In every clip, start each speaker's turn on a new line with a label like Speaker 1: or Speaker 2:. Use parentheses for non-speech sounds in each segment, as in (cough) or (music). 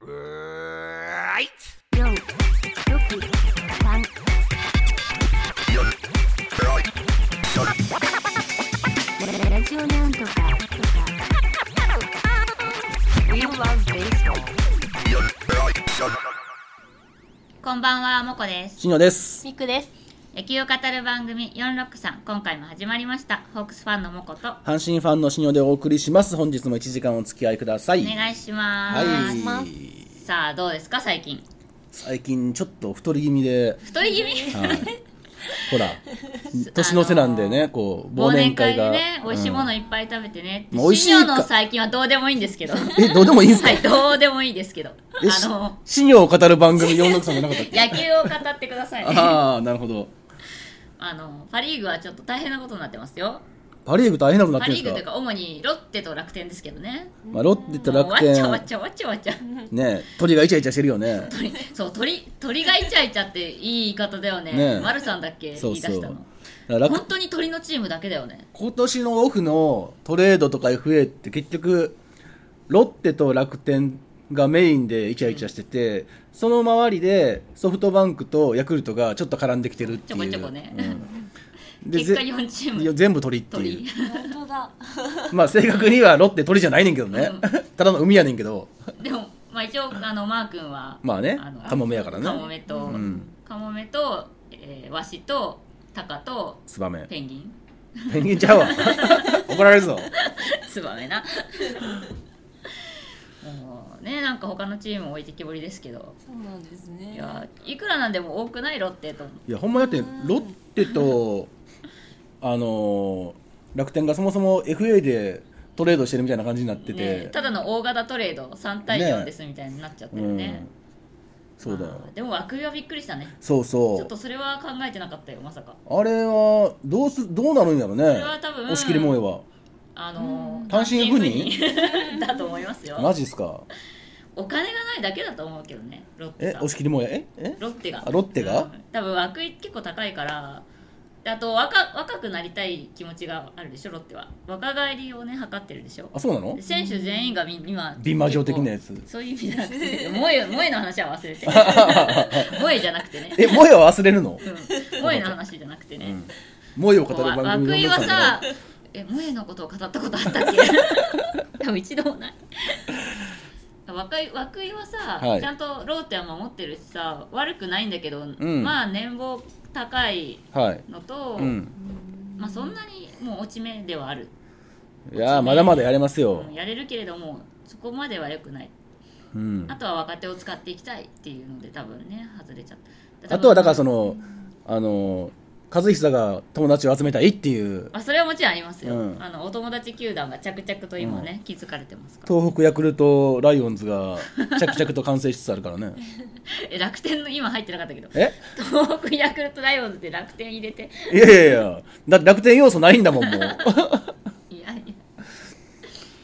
Speaker 1: はい。
Speaker 2: 4 6 3ララジオなんとかとか We love baseball
Speaker 3: こんばんは、もこです。
Speaker 4: しのです。
Speaker 5: ミクです。
Speaker 3: 野球を語る番組463、今回も始まりました。ホークスファンのもこと、
Speaker 4: 阪神ファンのしのでお送りします。本日も1時間お付き合いください。
Speaker 3: お願いします。
Speaker 4: はい。
Speaker 3: さあ、どうですか、最近。
Speaker 4: 最近ちょっと太り気味で、
Speaker 3: 太り気味、
Speaker 4: はい
Speaker 3: (laughs)
Speaker 4: ほら、年の瀬なんでね、こう、
Speaker 3: 忘年会でね、
Speaker 4: うん
Speaker 3: 美味しいものいっぱい食べてね。
Speaker 4: まあ美味しい
Speaker 3: シニ
Speaker 4: か
Speaker 3: ョの最近はどうでもいいんですけど。 (laughs) は
Speaker 4: (laughs) え、どうでもいいんすか
Speaker 3: い、どうでもいいですけど。あ
Speaker 4: え、し
Speaker 3: の、
Speaker 4: シニョを語る
Speaker 3: (laughs)
Speaker 4: 番組46さんじゃなかったっけ
Speaker 3: 野球を語ってくださいね。あ
Speaker 4: ああ、なるほど。
Speaker 3: の、パリーグはちょっと大変なことになってますよ。
Speaker 4: パリーグ大変なことにな
Speaker 3: パ
Speaker 4: っ
Speaker 3: リ
Speaker 4: てる
Speaker 3: ー
Speaker 4: ん
Speaker 3: グとい
Speaker 4: です
Speaker 3: う
Speaker 4: か
Speaker 3: か、主にロッテと楽天ですけどね。
Speaker 4: まあ、ロッテと
Speaker 3: もうわ
Speaker 4: 楽
Speaker 3: っちゃわっ
Speaker 4: 天、
Speaker 3: ちゃわっちゃわっちゃ。
Speaker 4: ね、鳥がイチャイチャしてるよね。
Speaker 3: 鳥そう鳥鳥がイチャイチャっていい言い方だよね
Speaker 4: ねえ
Speaker 3: 丸さんだっけ
Speaker 4: そう
Speaker 3: 言
Speaker 4: そ
Speaker 3: い出
Speaker 4: う。
Speaker 3: し
Speaker 4: だ
Speaker 3: た
Speaker 4: か
Speaker 3: の
Speaker 4: ら楽
Speaker 3: 本当に鳥のチームだけだよね
Speaker 4: 今年のオフのトレードとか FA って結局ロッテと楽天がメインでイチャイチャしてて、その周りでソフトバンクとヤクルトがちょっと絡んできてるっていう
Speaker 3: ちょこちょこね
Speaker 4: うんで
Speaker 3: 結果
Speaker 4: ぜ
Speaker 3: 4チー
Speaker 4: いや
Speaker 3: ム
Speaker 4: 全部鳥っていう
Speaker 3: 鳥
Speaker 5: 本当だ。
Speaker 4: まあ正確にはロッテ鳥じゃないねんけどね、
Speaker 3: うん
Speaker 4: ただの海やねんけど
Speaker 3: でも、まあ、一応あのマー君は
Speaker 4: まあね
Speaker 3: の
Speaker 4: カモメやからね
Speaker 3: カモメと、
Speaker 4: ん
Speaker 3: カモメと、えーワシとタカと
Speaker 4: ツバメ
Speaker 3: ペンギン (laughs)
Speaker 4: ペンギンちゃうわ怒られるぞ
Speaker 3: ツバメな (laughs) もうねなんか他のチーム置いてきぼりですけど
Speaker 5: そうなんですね。
Speaker 3: いやいくらなんでも多くないロッテと思って
Speaker 4: いやほんまだってロッテとあのー楽天がそもそも FA でトレードしてるみたいな感じになってて、
Speaker 3: ねえただの大型トレード3対4ですみたいになっちゃってるね
Speaker 4: うんそうだよ
Speaker 3: あーでも涌井はびっくりしたね
Speaker 4: そう
Speaker 3: ちょ
Speaker 4: そ
Speaker 3: っ
Speaker 4: う
Speaker 3: とそれは考えてなかったよまさか
Speaker 4: あれはどうすどうなるんだろうね
Speaker 3: れは多分
Speaker 4: 押切萌えは
Speaker 3: あのー
Speaker 4: 単身赴任
Speaker 3: 単身赴任 (laughs) だと思いますよ
Speaker 4: マジっすか
Speaker 3: お金がないだけだと思うけどねロッテ
Speaker 4: え
Speaker 3: さん
Speaker 4: 押切萌えええ
Speaker 3: ロッテが
Speaker 4: あロッテが
Speaker 3: うん多分涌井結構高いからであと若若くなりたい気持ちがあるでしょロッテは若返りをね図ってるでしょ
Speaker 4: あそうなの
Speaker 3: で選手全員がみ今
Speaker 4: 美魔女的なやつ (laughs)
Speaker 3: 結構そういう意味じゃなくて萌え萌えの話は忘れて萌えじゃなくてね
Speaker 4: え萌えは忘れるの
Speaker 3: うん萌えの話じゃなくてね、
Speaker 4: 萌えを語
Speaker 3: こう
Speaker 4: る
Speaker 3: わ
Speaker 4: 番組
Speaker 3: 涌井
Speaker 4: の
Speaker 3: は
Speaker 4: 皆ん
Speaker 3: さ
Speaker 4: が
Speaker 3: え萌えのことを語ったことあったっけ
Speaker 4: (laughs)
Speaker 3: 多分一度もない涌井涌井はさ、
Speaker 4: はい
Speaker 3: ちゃんとローテは守ってるしさ悪くないんだけど、
Speaker 4: ん
Speaker 3: まあ年俸高い
Speaker 4: はい
Speaker 3: のと、
Speaker 4: うん
Speaker 3: まあ、そんなにもう落ち目ではある、
Speaker 4: いやーまだまだやれますよ
Speaker 3: うんやれるけれどもそこまでは良くない
Speaker 4: うん
Speaker 3: あとは若手を使っていきたいっていうので多分ね外れちゃった
Speaker 4: あとはだからそ
Speaker 3: の
Speaker 4: のあの和久が友達を集めたいっていう
Speaker 3: あそれはもちろんありますよ、
Speaker 4: うん
Speaker 3: あのお友達球団が着々と今ね、気づかれてますから
Speaker 4: 東北ヤクルトライオンズが着々と完成しつつあ
Speaker 3: (laughs)
Speaker 4: るからね
Speaker 3: え楽天の今入ってなかったけど
Speaker 4: え
Speaker 3: 東北ヤクルトライオンズで楽天入れて
Speaker 4: いやいやいやだって楽天要素ないんだもんもう (laughs)
Speaker 3: いやいや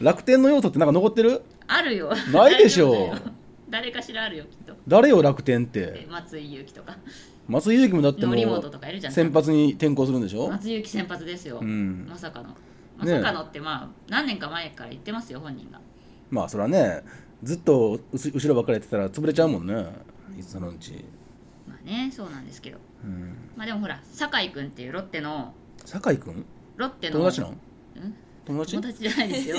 Speaker 4: 楽天の要素ってなんか残ってる
Speaker 3: あるよ
Speaker 4: ないでしょう
Speaker 3: (laughs) 大丈夫だよ誰かしらあるよきっと
Speaker 4: 誰よ楽天っ
Speaker 3: え
Speaker 4: て
Speaker 3: 松井裕樹とか
Speaker 4: 松井裕樹もだっても
Speaker 3: 則本とかいるじゃ
Speaker 4: うん先発に転向するんでしょ
Speaker 3: 松井裕樹先発ですよ、
Speaker 4: うん
Speaker 3: まさかのまさかのってまあ何年か前から言ってますよ本人が
Speaker 4: まあそれはねずっとうし後ろばっかりやってたら潰れちゃうもんねいつのうち、
Speaker 3: まあねそうなんですけど
Speaker 4: うん、
Speaker 3: まあでもほら酒井君っていうロッテの
Speaker 4: 酒井君
Speaker 3: ロッテの
Speaker 4: 友達なん
Speaker 3: うん
Speaker 4: 友達
Speaker 3: 友達じゃないです
Speaker 4: (laughs)
Speaker 3: よ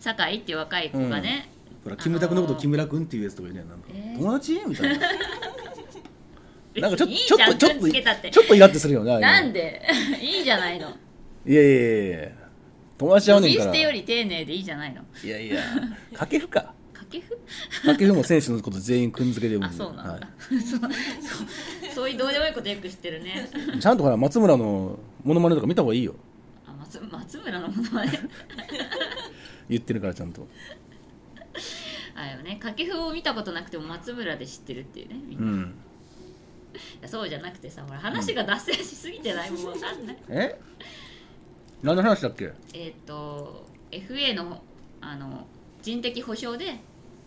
Speaker 3: 酒井っていう若い子がね、
Speaker 4: ほらキムタクのことキムラ君っていうやつとかいるやんなんか、
Speaker 3: えー
Speaker 4: 友達みたい
Speaker 3: (laughs) 別
Speaker 4: ななんかちょ
Speaker 3: にいい
Speaker 4: ち
Speaker 3: じ
Speaker 4: ょ
Speaker 3: ゃ
Speaker 4: っと
Speaker 3: ん
Speaker 4: ちょっ
Speaker 3: く
Speaker 4: と
Speaker 3: っつけたって
Speaker 4: ちょっとイラってするよねああいうの
Speaker 3: なんで (laughs) いいじゃないの
Speaker 4: いやいやいやいや友達ちゃうねん
Speaker 3: 呼び
Speaker 4: か
Speaker 3: 捨
Speaker 4: ら
Speaker 3: てより丁寧でいいじゃないの
Speaker 4: いやいや掛布か
Speaker 3: 掛布
Speaker 4: 掛布も選手のこと全員くんづけで呼ぶ
Speaker 3: あそうなんだ、
Speaker 4: は
Speaker 3: (laughs) そうそうそういうどうでもいいことよく知ってるね
Speaker 4: いちゃんとほら松村のモノマネとか見た方がいいよ
Speaker 3: あ松松村のもの
Speaker 4: (laughs)
Speaker 3: まね
Speaker 4: 言ってるからちゃんと
Speaker 3: あれよね掛布を見たことなくても松村で知ってるっていうねみん
Speaker 4: う
Speaker 3: な、い
Speaker 4: ん
Speaker 3: やそうじゃなくてさほら話が脱線しすぎてないもう分かんない
Speaker 4: え何の話だっけ
Speaker 3: えっと FA のあの人的保障で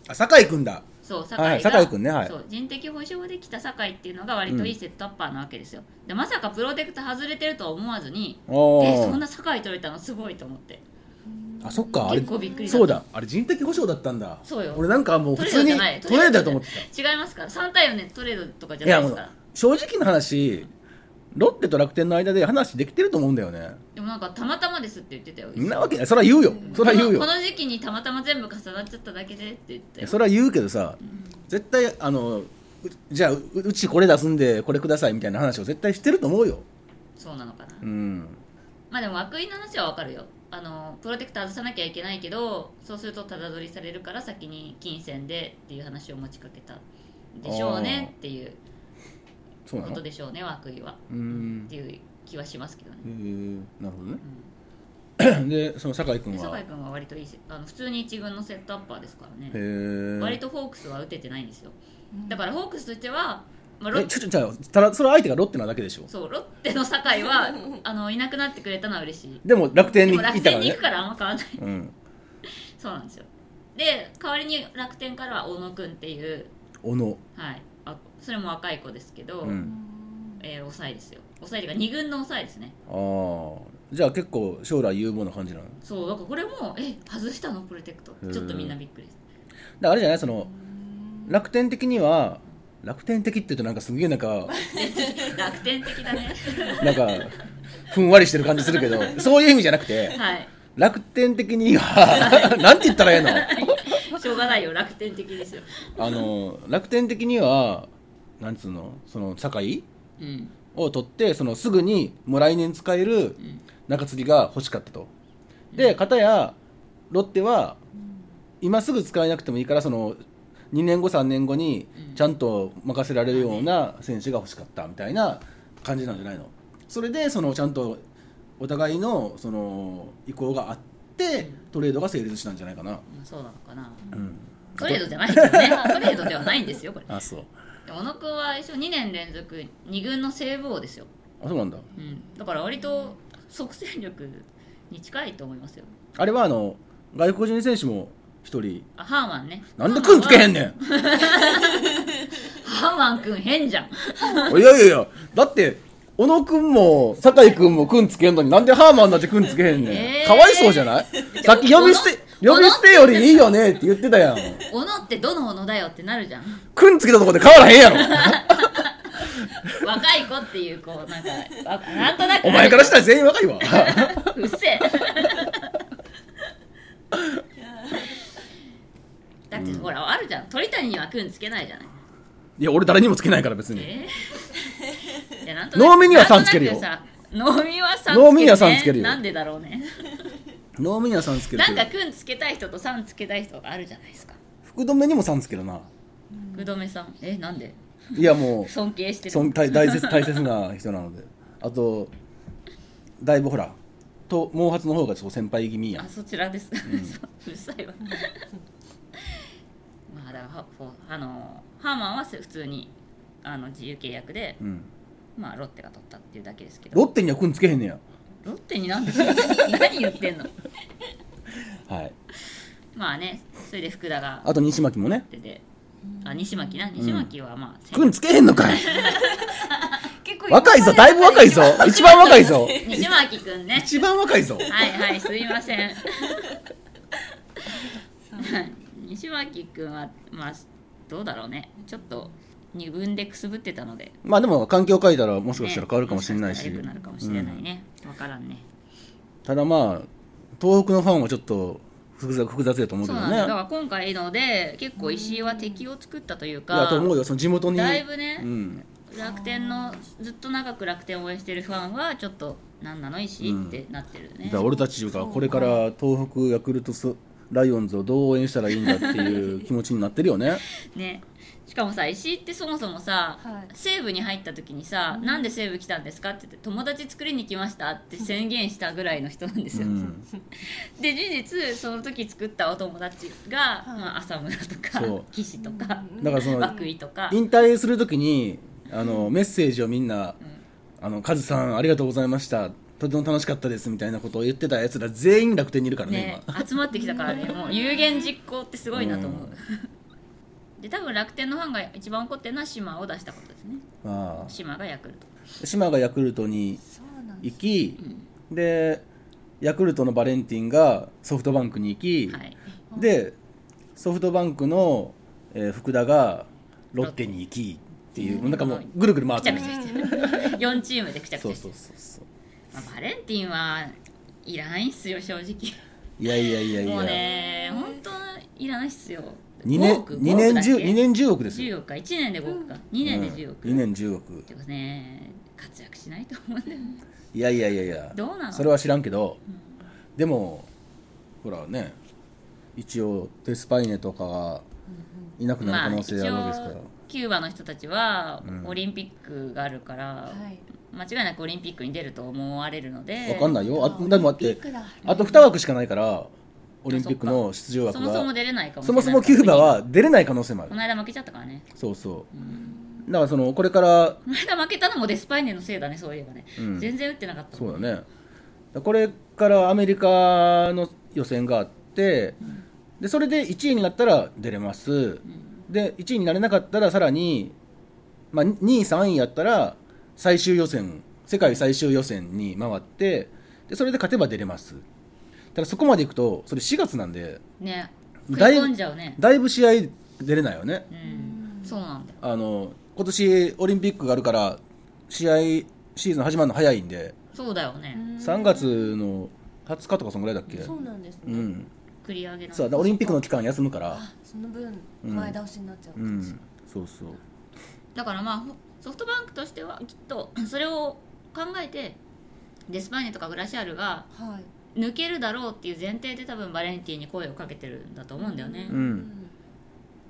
Speaker 4: あ酒井君だ
Speaker 3: そう酒井
Speaker 4: はい
Speaker 3: が
Speaker 4: 酒井君ねはい
Speaker 3: そう人的保障で来た酒井っていうのが割といいセットアッパーなわけですよ、でまさかプロテクト外れてるとは思わずに
Speaker 4: お
Speaker 3: えそん
Speaker 4: ー
Speaker 3: な酒井取れたのすごいと思って
Speaker 4: あそっかあれ
Speaker 3: 結構びっくりだった
Speaker 4: そうだあれ人的保障だったんだ
Speaker 3: そうよ
Speaker 4: 俺なんかもう
Speaker 3: ト
Speaker 4: 普
Speaker 3: レー
Speaker 4: 通
Speaker 3: ド
Speaker 4: に
Speaker 3: じゃ
Speaker 4: ト
Speaker 3: ない
Speaker 4: レードだと思ってた
Speaker 3: た違いますから3対4でトレードとかじゃ
Speaker 4: い
Speaker 3: な
Speaker 4: や
Speaker 3: いで
Speaker 4: も
Speaker 3: す
Speaker 4: う
Speaker 3: から
Speaker 4: 正直な話ロッテと楽天の間で話できてると思うんだよね
Speaker 3: でもなんかたまたまですって言ってたよ
Speaker 4: んなわけないそれは言うよそれは言うよ
Speaker 3: このこの時期にたまたま全部重なっちゃっただけでって言って
Speaker 4: いやそれは言うけどさ絶対あのうじゃあううちこれ出すんでこれくださいみたいな話を絶対してると思うよ
Speaker 3: そうなのかな、
Speaker 4: うん
Speaker 3: まあでも涌井の話はわかるよあのプロテクター外さなきゃいけないけどそうするとタダ取りされるから先に金銭でっていう話を持ちかけたでしょうねっていう
Speaker 4: そうな
Speaker 3: こ
Speaker 4: の
Speaker 3: とでしょうね涌井は
Speaker 4: うーん
Speaker 3: っていう気はしますけどね
Speaker 4: えー、なるほどね、 (clears throat) でその酒井君
Speaker 3: で
Speaker 4: は
Speaker 3: 酒井君は割といいせあの普通に一軍のセットアッパーですからね
Speaker 4: へー
Speaker 3: 割とホークスは打ててないんですよだからホークスとしては、まあ、ロ
Speaker 4: え
Speaker 3: ッ
Speaker 4: ちょちょちょただそれは相手がロッテなだけでしょ
Speaker 3: そうロッテの酒井はあのいなくなってくれたのは嬉しい
Speaker 4: でも楽天
Speaker 3: で
Speaker 4: に
Speaker 3: も
Speaker 4: 行
Speaker 3: 楽
Speaker 4: ったか
Speaker 3: 天
Speaker 4: ら
Speaker 3: に行
Speaker 4: ね
Speaker 3: くからあんま変わらない (laughs)
Speaker 4: うん
Speaker 3: そうなんですよで代わりに楽天からは小野君っていう、
Speaker 4: 小野
Speaker 3: はい、あそれも若い子ですけど、
Speaker 4: うん
Speaker 3: えー抑えですよ抑えというか2軍の抑えですね
Speaker 4: ああじゃあ結構将来有望な感じなのだか
Speaker 3: そうだからこれもえ外したのプロテクト
Speaker 4: へー
Speaker 3: ちょっとみんなびっくりです
Speaker 4: らあれじゃないその楽天的には楽天的って言うとなんかすげえなんか
Speaker 3: (laughs) 楽天的だね
Speaker 4: なんかふんわりしてる感じするけどそういう意味じゃなくて
Speaker 3: (laughs) はい
Speaker 4: 楽天的には (laughs) なんて言ったらええの
Speaker 3: しょうがないよ楽天的ですよ
Speaker 4: あの楽天的にはなんつうのその酒井
Speaker 3: うん
Speaker 4: を取ってそのすぐにもう来年使える
Speaker 3: うん
Speaker 4: 中継ぎが欲しかったとで片やロッテは今すぐ使えなくてもいいからその2年後3年後に
Speaker 3: うん
Speaker 4: ちゃんと任せられるような選手が欲しかったみたいな感じなんじゃないのそれでそのちゃんとお互いのその意向があってトレードが成立したんじゃないかな、
Speaker 3: まあそうなのかな
Speaker 4: うん、
Speaker 3: トレードじゃないですよね (laughs) トレードではないんですよこれ
Speaker 4: あそう
Speaker 3: で小野君は一応2年連続2軍のセーブ王ですよ、
Speaker 4: あそうなんだ
Speaker 3: うん、だから割と即戦力に近いと思いますよ
Speaker 4: あれはあの外国人選手も一人
Speaker 3: あハーマンね
Speaker 4: なんで君つけへん
Speaker 3: ね
Speaker 4: ねん
Speaker 3: ハーマン君変じゃん
Speaker 4: いやいやいやだって小野君も酒井君も君つけんのになんでハーマンだって君つけへんねん、
Speaker 3: えー
Speaker 4: かわいそうじゃないさっき呼び捨て
Speaker 3: 小野
Speaker 4: 呼び捨てよりいいよねって言ってたやん
Speaker 3: 小野ってどの小野だよってなるじゃん
Speaker 4: 君つけたとこで変わらへんやろ
Speaker 3: (laughs) 若い子っていうこうなんかわなんとなく
Speaker 4: お前からしたら全員若いわ
Speaker 3: うっせえだってほらあるじゃん鳥谷には君つけないじゃない
Speaker 4: いや俺誰にもつけないから別に (laughs)
Speaker 3: えーいやなんと
Speaker 4: 能見にはさ
Speaker 3: な
Speaker 4: ん
Speaker 3: んとなく
Speaker 4: つけるよ
Speaker 3: さ能見はさん
Speaker 4: 能見にはさんつけるよ
Speaker 3: なんでだろうね
Speaker 4: ノーミニアさんつける
Speaker 3: な
Speaker 4: け
Speaker 3: ん
Speaker 4: ど
Speaker 3: か「くん」つけたい人と「さん」つけたい人があるじゃないですか
Speaker 4: 福留にもさんつけるな
Speaker 3: 福留さんえなんで
Speaker 4: いやもう
Speaker 3: 尊敬してる
Speaker 4: そん大大切大切な人なのであとだいぶほらと毛髪の方がそう先輩気味や
Speaker 3: あ
Speaker 4: ん
Speaker 3: そちらです、 (laughs) そううるさいわまあだからはほあのハーマンはせ普通にあの自由契約で、
Speaker 4: うん
Speaker 3: まあロッテが取ったっていうだけですけど
Speaker 4: ロッテには君つけへんねや
Speaker 3: ロッテになんで (laughs) 何言ってんの
Speaker 4: はい
Speaker 3: まあねそれで福田が
Speaker 4: あと西牧もね
Speaker 3: 出てあ西牧な西牧はまあ、先
Speaker 4: 君つけへんの
Speaker 3: (laughs)
Speaker 4: かい
Speaker 1: 結構
Speaker 4: 若いぞだいぶ若いぞ一番若
Speaker 3: (laughs)
Speaker 4: いぞ
Speaker 3: 西牧くんね
Speaker 4: 一番若いぞ
Speaker 3: はいはいすいません (laughs) 西脇君はまあどうだろうねちょっと二分でくすぶってたので、ね、
Speaker 4: まあでも環境を変えたらもしかしたら変わるかもしれないし,、
Speaker 3: もかしたら良くなるかもしれないね、わからんね
Speaker 4: うんただまあ東北のファンはちょっと複雑複雑だと思う
Speaker 3: そ
Speaker 4: け
Speaker 3: う
Speaker 4: ど
Speaker 3: なん
Speaker 4: ね
Speaker 3: だだから今回ので結構石井は敵を作ったという
Speaker 4: いや
Speaker 3: か
Speaker 4: と思うよその地元に
Speaker 3: だいぶね
Speaker 4: うん、
Speaker 3: 楽天のずっと長く楽天を応援してるファンはちょっと何なの石井ってなってる
Speaker 4: だ
Speaker 3: ね、
Speaker 4: から俺たちがこれから東北ヤクルトスライオンズをどう応援したらいいんだっていう気持ちになってる
Speaker 3: (laughs)
Speaker 4: よね
Speaker 3: ねしかもさ石井ってそもそもさ、
Speaker 1: はい
Speaker 3: 西武に入った時にさ「なんで西武来たんですか?」って言って「友達作りに来ました」って宣言したぐらいの人なんです
Speaker 4: う
Speaker 3: よ、
Speaker 4: ん
Speaker 3: で事実その時作ったお友達が、まあ、浅村と
Speaker 4: そう
Speaker 3: か岸とか
Speaker 4: だ
Speaker 3: (laughs)
Speaker 4: からその
Speaker 3: 涌井とか
Speaker 4: 引退するときにあのメッセージをみんな「あのカズさんありがとうございましたとても楽しかったです」みたいなことを言ってたやつら全員楽天にいるからね
Speaker 3: ね
Speaker 4: 今
Speaker 3: 集まってきたからねもう有言実行ってすごいなと思う、で多分楽天のファンが一番怒ってるのは島を出したことですね
Speaker 4: まあ
Speaker 3: 島がヤクルト
Speaker 4: 島がヤクルトに
Speaker 1: そうなんで
Speaker 4: 行き、でヤクルトのバレンティンがソフトバンクに行き、
Speaker 3: はい、
Speaker 4: でソフトバンクの、えー福田がロッテに行きっていう、
Speaker 3: うん
Speaker 4: なんかもうぐるぐる回っ
Speaker 3: くち
Speaker 4: て
Speaker 3: ゃ
Speaker 4: る
Speaker 3: くちゃしてる4チームでくちゃく
Speaker 4: そ
Speaker 3: ち
Speaker 4: う
Speaker 3: ゃして
Speaker 4: そう
Speaker 3: る、
Speaker 4: そうそう
Speaker 3: まあ、バレンティンはいらないっすよ正直
Speaker 4: いやいやいやいや
Speaker 3: もうね本当いらないっすよ
Speaker 4: 2
Speaker 3: 5
Speaker 4: 年
Speaker 3: 億
Speaker 4: 2
Speaker 3: 5
Speaker 4: 年
Speaker 3: 億だっけ
Speaker 4: 10, 二年10億ですよ
Speaker 3: 10億か1年で5億か2年で10億、
Speaker 4: うん、2年10億
Speaker 3: でもね活躍しないと思うんだよね
Speaker 4: いやいやいやいや
Speaker 3: どうなの
Speaker 4: それは知らんけど、でもほらね一応テスパイネとかがいなくなる可能性あるわけですから、
Speaker 3: まあ、一応キューバの人たちは
Speaker 4: うん
Speaker 3: オリンピックがあるから、
Speaker 1: はい
Speaker 3: 間違いなくオリンピックに出ると思われるので
Speaker 4: わかんないよあでも待っ
Speaker 1: ピン
Speaker 4: て
Speaker 1: クだ
Speaker 4: あと2枠しかないからオリンピックの出場
Speaker 3: そ
Speaker 4: 枠
Speaker 3: もそも
Speaker 4: が
Speaker 3: 出れないかもし
Speaker 4: そ
Speaker 3: れ
Speaker 4: も
Speaker 3: ない
Speaker 4: そもキューバは出れない可能性もあ
Speaker 3: こ
Speaker 4: る
Speaker 3: の間負けちゃったからね
Speaker 4: そうそ
Speaker 3: うん
Speaker 4: うだからそのこれから
Speaker 3: この間負けたのもデスパイネのせいだねそういえばね、
Speaker 4: うん
Speaker 3: 全然打ってなかった
Speaker 4: そうだねだこれからアメリカの予選があって、でそれで1位になったら出れます、で1位になれなかったらさらに、まあ、2位3位やったら最終予選世界最終予選に回ってでそれで勝てば出れますただそこまでいくとそれ4月なんで
Speaker 3: ね食い
Speaker 4: だい
Speaker 3: 込んじゃうね
Speaker 4: だいぶ試合出れないよね
Speaker 3: うんそうなんだよ
Speaker 4: あの今年オリンピックがあるから試合シーズン始まるの早いんで
Speaker 3: そうだよね、
Speaker 4: 3月の20日とかそのぐらいだっけ
Speaker 1: そうなんですね、
Speaker 4: うん、
Speaker 3: 繰り上げの
Speaker 4: そうだオリンピックの期間休むから
Speaker 1: あその分
Speaker 4: うん
Speaker 1: 前倒しになっちゃう
Speaker 4: う
Speaker 1: 感じ、
Speaker 4: んそうそう
Speaker 3: だからまあほソフトバンクとしてはきっとそれを考えてデスパイネとかグラシアルが
Speaker 1: はい
Speaker 3: 抜けるだろうっていう前提で多分バレンティンに声をかけてるんだと思うんだよね、
Speaker 4: うん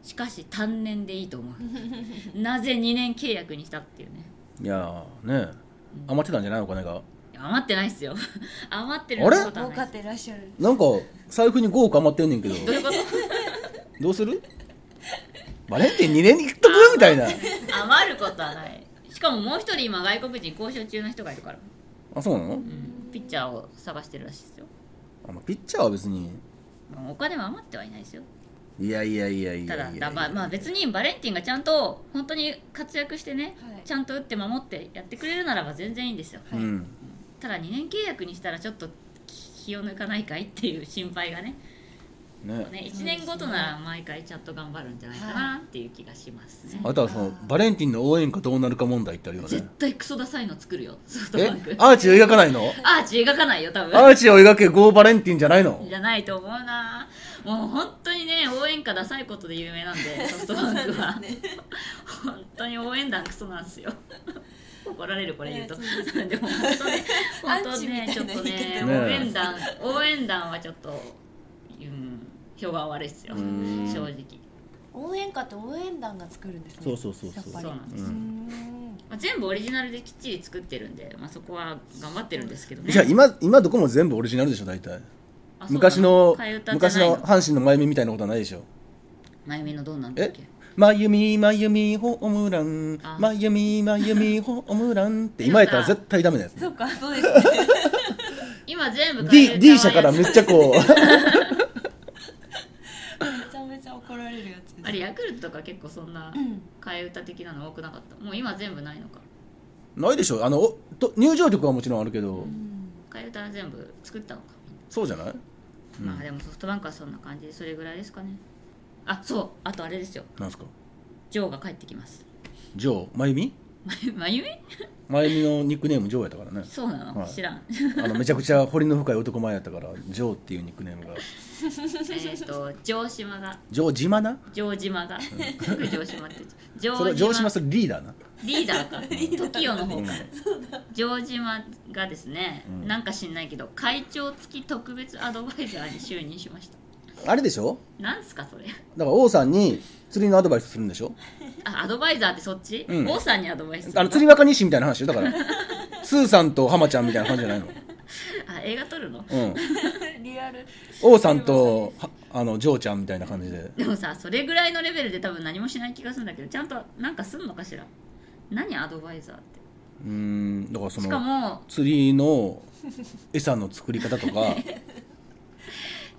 Speaker 3: しかし単年でいいと思う (laughs) なぜ2年契約にしたっていうね
Speaker 4: いやーね余ってたんじゃないお金が
Speaker 3: いや余ってないっすよ (laughs) 余ってる
Speaker 4: あれ
Speaker 3: ことは
Speaker 1: 儲か
Speaker 3: ない
Speaker 1: ってらっしゃる
Speaker 4: なんか財布に5億余ってんねんけど
Speaker 3: どういうこと (laughs)
Speaker 4: どうするバレンティン2年に行っとくみたいな
Speaker 3: 余ることはないしかももう一人今外国人交渉中の人がいるから、
Speaker 4: あそうなの
Speaker 3: うん、ピッチャーを探してるらしいですよ
Speaker 4: あまあピッチャーは別に
Speaker 3: まあお金は余ってはいないですよ
Speaker 4: いやいやいやいや
Speaker 3: ただ
Speaker 4: いやいや
Speaker 3: だまあまあ別にバレンティンがちゃんと本当に活躍してね、
Speaker 1: はい
Speaker 3: ちゃんと打って守ってやってくれるならば全然いいんですよ、
Speaker 4: うん
Speaker 3: ただ2年契約にしたらちょっと気を抜かないかいっていう心配がね
Speaker 4: ね
Speaker 3: ね1年ごとなら毎回ちゃんと頑張るんじゃないかなっていう気がしますね、
Speaker 4: あとはそのバレンティンの応援歌どうなるか問題ってあるよ
Speaker 3: 絶
Speaker 4: ね
Speaker 3: 対クソダサいの作るよソフト
Speaker 4: え
Speaker 3: バンク
Speaker 4: アーチを描かないの
Speaker 3: アーチ描かないよ多分
Speaker 4: アーチを描けゴーバレンティンじゃないの
Speaker 3: じゃないと思うなもう本当にね応援歌ダサいことで有名なん
Speaker 4: (laughs)
Speaker 3: でソフトバンクは、本当に応援団クソなんで
Speaker 1: (laughs)
Speaker 3: すよ怒られるこれ言うと、
Speaker 1: ねそうで
Speaker 3: (laughs) でも本当ね本当
Speaker 1: アン
Speaker 3: ね
Speaker 1: チ
Speaker 3: ちょっ
Speaker 1: みたいな
Speaker 3: と
Speaker 1: 言い
Speaker 3: ね
Speaker 1: 方
Speaker 4: ね
Speaker 3: 応援団応援団はちょっと、うん、評判悪いですよ
Speaker 4: うーん
Speaker 3: 正直、
Speaker 1: (laughs) 応援歌って応援団が作るんですね
Speaker 4: そうそうそうそう
Speaker 1: やっぱり
Speaker 3: そうなんです
Speaker 1: う
Speaker 4: うん
Speaker 1: ん
Speaker 3: まあ、全部オリジナルできっちり作ってるんで、まあ、そこは頑張ってるんですけどね
Speaker 4: いや今今どこも全部オリジナルでしょ大体
Speaker 3: あそうな
Speaker 4: 昔の
Speaker 3: 替え歌じゃ
Speaker 4: 昔
Speaker 3: ない
Speaker 4: の
Speaker 3: の
Speaker 4: 阪神の真由美みたいなことはないでしょ
Speaker 3: 真由美のどんなんだっ
Speaker 4: え
Speaker 3: け
Speaker 4: 真由美真由美ホームラン
Speaker 3: あ
Speaker 4: 真由美真由美ホームランって今やったら絶対ダメなやつ
Speaker 1: そうかそうですね
Speaker 3: 今全部
Speaker 4: D,
Speaker 3: 替え
Speaker 4: D
Speaker 3: 歌
Speaker 4: 社
Speaker 3: は
Speaker 4: からめっちゃこう
Speaker 1: めちゃめちゃ怒られるやつです
Speaker 3: あれヤクルトとか結構そんな
Speaker 1: うん
Speaker 3: 替え歌的なの多くなかったもう今全部ないのか (laughs)
Speaker 4: ないでしょあのおと入場曲はもちろんあるけど
Speaker 3: 替え歌は全部作ったのか
Speaker 4: そうじゃないうん
Speaker 3: まあでもソフトバンクはそんな感じでそれぐらいですかねあそうあとあれですよ
Speaker 4: なんすか
Speaker 3: ジョーが帰ってきます
Speaker 4: ジョー真由美
Speaker 3: ままゆみ
Speaker 4: (laughs) 真由美のニックネームジョーやったからね
Speaker 3: そうなの、
Speaker 4: はい
Speaker 3: 知らん
Speaker 4: あのめちゃくちゃ彫りの深い男前やったからジョーっていうニックネームが
Speaker 3: えっと城島が
Speaker 4: ジョー島な
Speaker 3: 城島がすぐ城島って言っちゃ
Speaker 4: そ
Speaker 3: う城
Speaker 4: れ
Speaker 3: 島
Speaker 4: 城島それリーダーな
Speaker 3: リーダ
Speaker 4: (laughs)
Speaker 3: ーか TOKIO の方
Speaker 4: うん
Speaker 3: か城島がですね、
Speaker 4: うん
Speaker 3: なんか知んないけど会長付き特別アドバイザーに就任しました
Speaker 4: あれでしょ
Speaker 3: なんすかそれ
Speaker 4: だから王さんに釣りのアドバイスするんでしょ
Speaker 3: あアドバイザーってそっち、
Speaker 4: うん
Speaker 3: 王さんにアドバイスする
Speaker 4: あの釣り若西みたいな話よ
Speaker 3: (laughs)
Speaker 4: だからスーさんとハマちゃんみたいな感じじゃないの
Speaker 3: あ映画撮るの
Speaker 4: うん
Speaker 1: リアル
Speaker 4: 王さんとはあのジョーちゃんみたいな感じで
Speaker 3: でもさそれぐらいのレベルで多分何もしない気がするんだけどちゃんとなんかすんのかしら何アドバイザーっ
Speaker 4: うーんだから
Speaker 3: て
Speaker 4: そ
Speaker 3: しか
Speaker 4: の
Speaker 3: も
Speaker 4: 釣りの餌の作り方と
Speaker 3: (laughs)
Speaker 4: か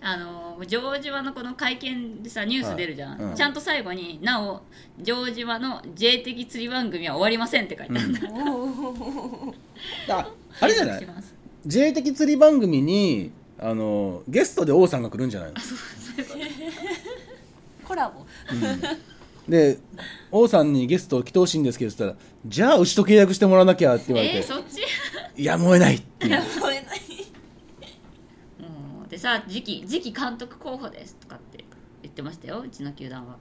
Speaker 3: あの城島のこの会見でさニュース出るじゃん、
Speaker 4: はいうん
Speaker 3: ちゃんと最後になお城島の J 的釣り番組は終わりませんって書いてあるんだ、
Speaker 1: おー
Speaker 4: ああれじゃな
Speaker 3: 継 (laughs)
Speaker 4: い
Speaker 3: 続します
Speaker 4: J 的釣り番組にあのゲストで王さんが来るんじゃないの
Speaker 1: コラボ
Speaker 4: で王さんにゲスト来てほしいんですけどって言ったら「じゃあうちと契約してもらわなきゃ」って言われて「
Speaker 3: えー、そっち
Speaker 4: いや燃えない」っていう
Speaker 1: 思えない
Speaker 3: もうでさ次期次期監督候補ですとかって言ってましたようちの球団は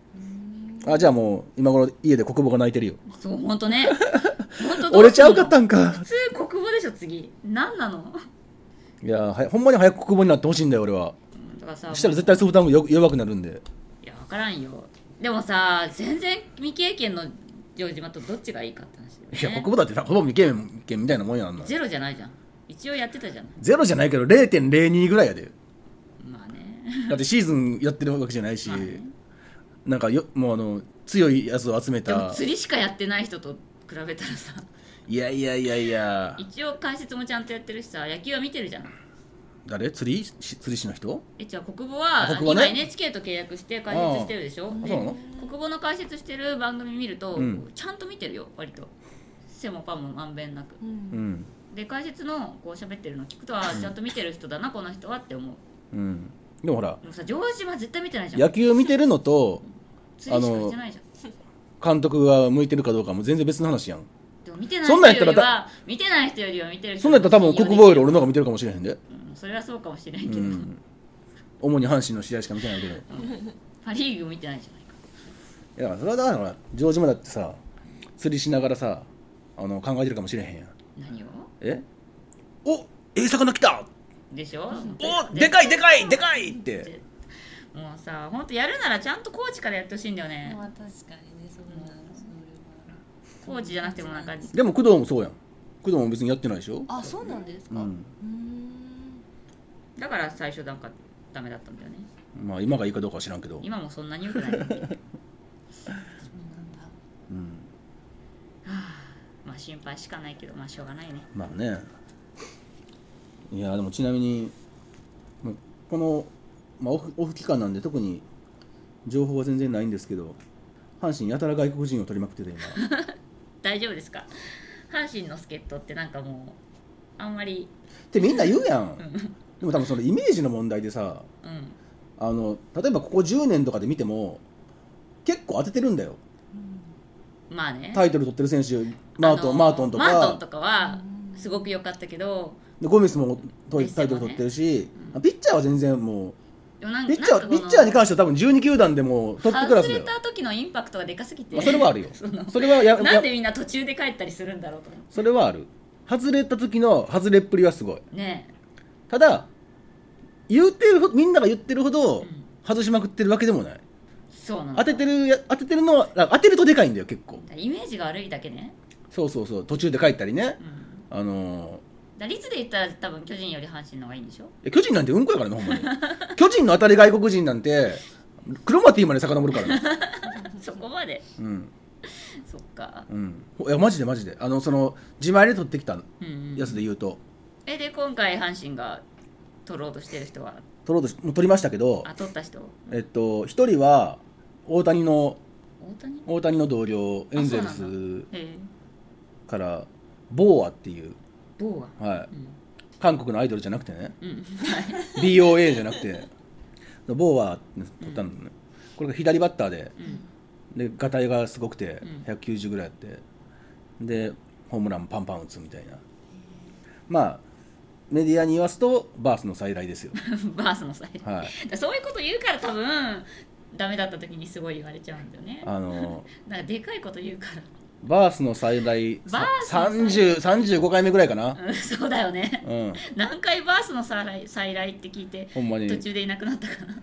Speaker 4: あじゃあもう今頃家で国母が泣いてるよ
Speaker 3: そう本当
Speaker 4: (laughs)
Speaker 3: ね本当
Speaker 4: 折れちゃうかったんか
Speaker 3: 普通国語でしょ次何なの
Speaker 4: いやはやほんまに早く国母になってほしいんだよ俺は
Speaker 3: だからさ
Speaker 4: したら絶対ソフトバンクよ弱くなるんで
Speaker 3: いや分からんよでもさ全然未経験の城島とどっちがいいかって話
Speaker 4: い
Speaker 3: だ
Speaker 4: や
Speaker 3: よ、ね、
Speaker 4: 国母だってさほぼ未経験みたいなもんやあんな
Speaker 3: ゼロじゃないじゃん一応やってたじゃん
Speaker 4: ゼロじゃないけど0.02ぐらいやで
Speaker 3: まあね
Speaker 4: だってシーズンやってるわけじゃないし
Speaker 3: まあね
Speaker 4: なんかよもうあの強いやつを集め
Speaker 3: でも
Speaker 4: た
Speaker 3: 釣りしかやってない人と比べたらさ
Speaker 4: いやいやいやいや
Speaker 3: 一応解説もちゃんとやってるしさ野球は見てるじゃん
Speaker 4: 誰釣りし釣り師の人
Speaker 3: えじゃあ国語は
Speaker 4: あ国語ね
Speaker 3: 今 NHK と契約して解説してるでしょ
Speaker 4: あ
Speaker 3: で
Speaker 4: あそうなの
Speaker 3: 国語の解説してる番組見ると、
Speaker 4: うん
Speaker 3: ちゃんと見てるよ割と背もパンもまんべんなく
Speaker 1: う
Speaker 4: うんん
Speaker 3: で解説のこう喋ってるの聞くとあちゃんと見てる人だなこの人はって思う
Speaker 4: うんでもほら
Speaker 3: でもさ城島絶対見てないじゃ
Speaker 4: 野
Speaker 3: ん
Speaker 4: 球見てるのと
Speaker 3: 釣りしかしてないじゃん
Speaker 4: 監督が向いてるかどうかも全然別の話やん
Speaker 3: でも見てない
Speaker 4: そん
Speaker 3: 人
Speaker 4: なんやった
Speaker 3: よ
Speaker 4: ら
Speaker 3: りは見てない人よりは見てる人
Speaker 4: そんなんやったら多分国防より
Speaker 3: よ
Speaker 4: 俺の方が見てるかもしれへんで
Speaker 3: それはそうかもしれん
Speaker 4: う
Speaker 3: けど、
Speaker 4: ん主に阪神の試合しか見てないけど
Speaker 3: パ・リーグ見てないじゃないか
Speaker 4: いやそれはだからほら城島だってさ釣りしながらさあの考えてるかもしれへんやん
Speaker 3: 何を
Speaker 4: えおええ魚来た
Speaker 3: でしょ
Speaker 4: おでかいでかいでかいって
Speaker 3: もうさ本当やるならちゃんとコーチからやってほしいんだよね
Speaker 1: まあ確かにねそうなのそ
Speaker 3: コーチじゃなくてもなんか
Speaker 4: でも工藤もそうやん工藤も別にやってないでしょ
Speaker 1: れはあそうなんです
Speaker 4: う
Speaker 1: か
Speaker 4: ん
Speaker 1: うーん
Speaker 3: だから最初なんかダメだったんだよね
Speaker 4: まあ今がいいかどうかは知らんけど、
Speaker 3: 今もそんなに良
Speaker 4: (laughs)
Speaker 3: くないは
Speaker 1: そうなんだ
Speaker 4: うん、
Speaker 3: あまあ心配しかないけどまあしょうがないね
Speaker 4: まあねいやでもちなみにもうこの、まあ、オフオフ期間なんで特に情報は全然ないんですけど阪神やたら外国人を取りまくってて今
Speaker 3: 大丈夫ですか阪神の助っ人ってなんかもうあんまり
Speaker 4: ってみんな言うやんでも多分そのイメージの問題でさ
Speaker 3: うん
Speaker 4: あの例えばここ10年とかで見ても結構当ててるんだよ
Speaker 3: まあね
Speaker 4: タイトル取ってる選手マートン、
Speaker 3: あの
Speaker 4: マートンとか
Speaker 3: マートンとかは
Speaker 1: うん
Speaker 3: すごく良かったけど
Speaker 4: でゴメスもと
Speaker 3: ですよね
Speaker 4: タイトル取ってるし、
Speaker 3: うん
Speaker 4: ピッチャーは全然も
Speaker 3: でもな
Speaker 4: うんピッチャ
Speaker 3: な
Speaker 4: ー
Speaker 3: ん
Speaker 4: ピ
Speaker 3: かこ
Speaker 4: ッ
Speaker 3: の
Speaker 4: チャーに関しては多分12球団でもトップクラス
Speaker 3: 外
Speaker 4: だよ
Speaker 3: れた時のインパクトがでかすぎて、
Speaker 4: まあそれはあるよ
Speaker 3: その
Speaker 4: それはや
Speaker 3: な
Speaker 4: や
Speaker 3: んでみんな途中で帰ったりするんだろうと思
Speaker 4: それはある外れた時の外れっぷりはすごいう
Speaker 3: ね
Speaker 4: ただ言うてるほみんなが言ってるほど
Speaker 3: うん
Speaker 4: 外しまくってるわけでもない
Speaker 3: そうなんだ
Speaker 4: 当ててるや当ててるのはあ当てるとでかいんだよ結構
Speaker 3: イメージが悪いだけね、
Speaker 4: そうそうそう途中で帰ったりね
Speaker 3: うん、
Speaker 4: あの
Speaker 3: だから率で言ったら多分巨人より阪神の方がいいんで
Speaker 4: (laughs)
Speaker 3: しょ
Speaker 4: ーいや巨人なんてうんこやからねほんま
Speaker 3: (laughs)
Speaker 4: に巨人の当たり外国人なんてクロマティまで遡るから
Speaker 3: (laughs)
Speaker 4: ね
Speaker 3: そこまで
Speaker 4: うん
Speaker 3: そっか
Speaker 4: うんいやマジでマジであのその自前で取ってきた
Speaker 3: うんうん
Speaker 4: やつで言うと、
Speaker 3: えで今回阪神が取ろうとしてる人は
Speaker 4: 取ろうとしもう取りましたけど
Speaker 3: あ取った人
Speaker 4: えっと一人は大谷
Speaker 3: 大
Speaker 4: の
Speaker 3: 谷
Speaker 4: 大谷の同僚エンゼル
Speaker 3: あそうな
Speaker 4: ス
Speaker 3: え
Speaker 4: からボーアっていう、
Speaker 3: ー、ボー
Speaker 4: は
Speaker 3: ア、うん
Speaker 4: い、韓国のアイドルじゃなくてね
Speaker 3: うん、
Speaker 4: BOA じゃなくてボーアって取ったのね、これが左バッターで
Speaker 3: うん (laughs)
Speaker 4: でガタイがすごくて
Speaker 3: うん
Speaker 4: 190ぐらいあってでホームランパンパン打つみたいなまあメディアに言わすとバースの再来ですよ、
Speaker 3: バースの際、
Speaker 4: はい、
Speaker 3: だからそういうこと言うから多分ダメだった時にすごい言われちゃうんだよね
Speaker 4: あの
Speaker 3: なんかでかいこと言うから
Speaker 4: バースの最大
Speaker 3: バースの
Speaker 4: 30 35回目ぐらいかな、
Speaker 3: うん (laughs) そうだよね
Speaker 4: うん、
Speaker 3: 何回バースの再来再来って聞いて
Speaker 4: ほんま
Speaker 3: 途
Speaker 4: に
Speaker 3: 中でいなくなったかな、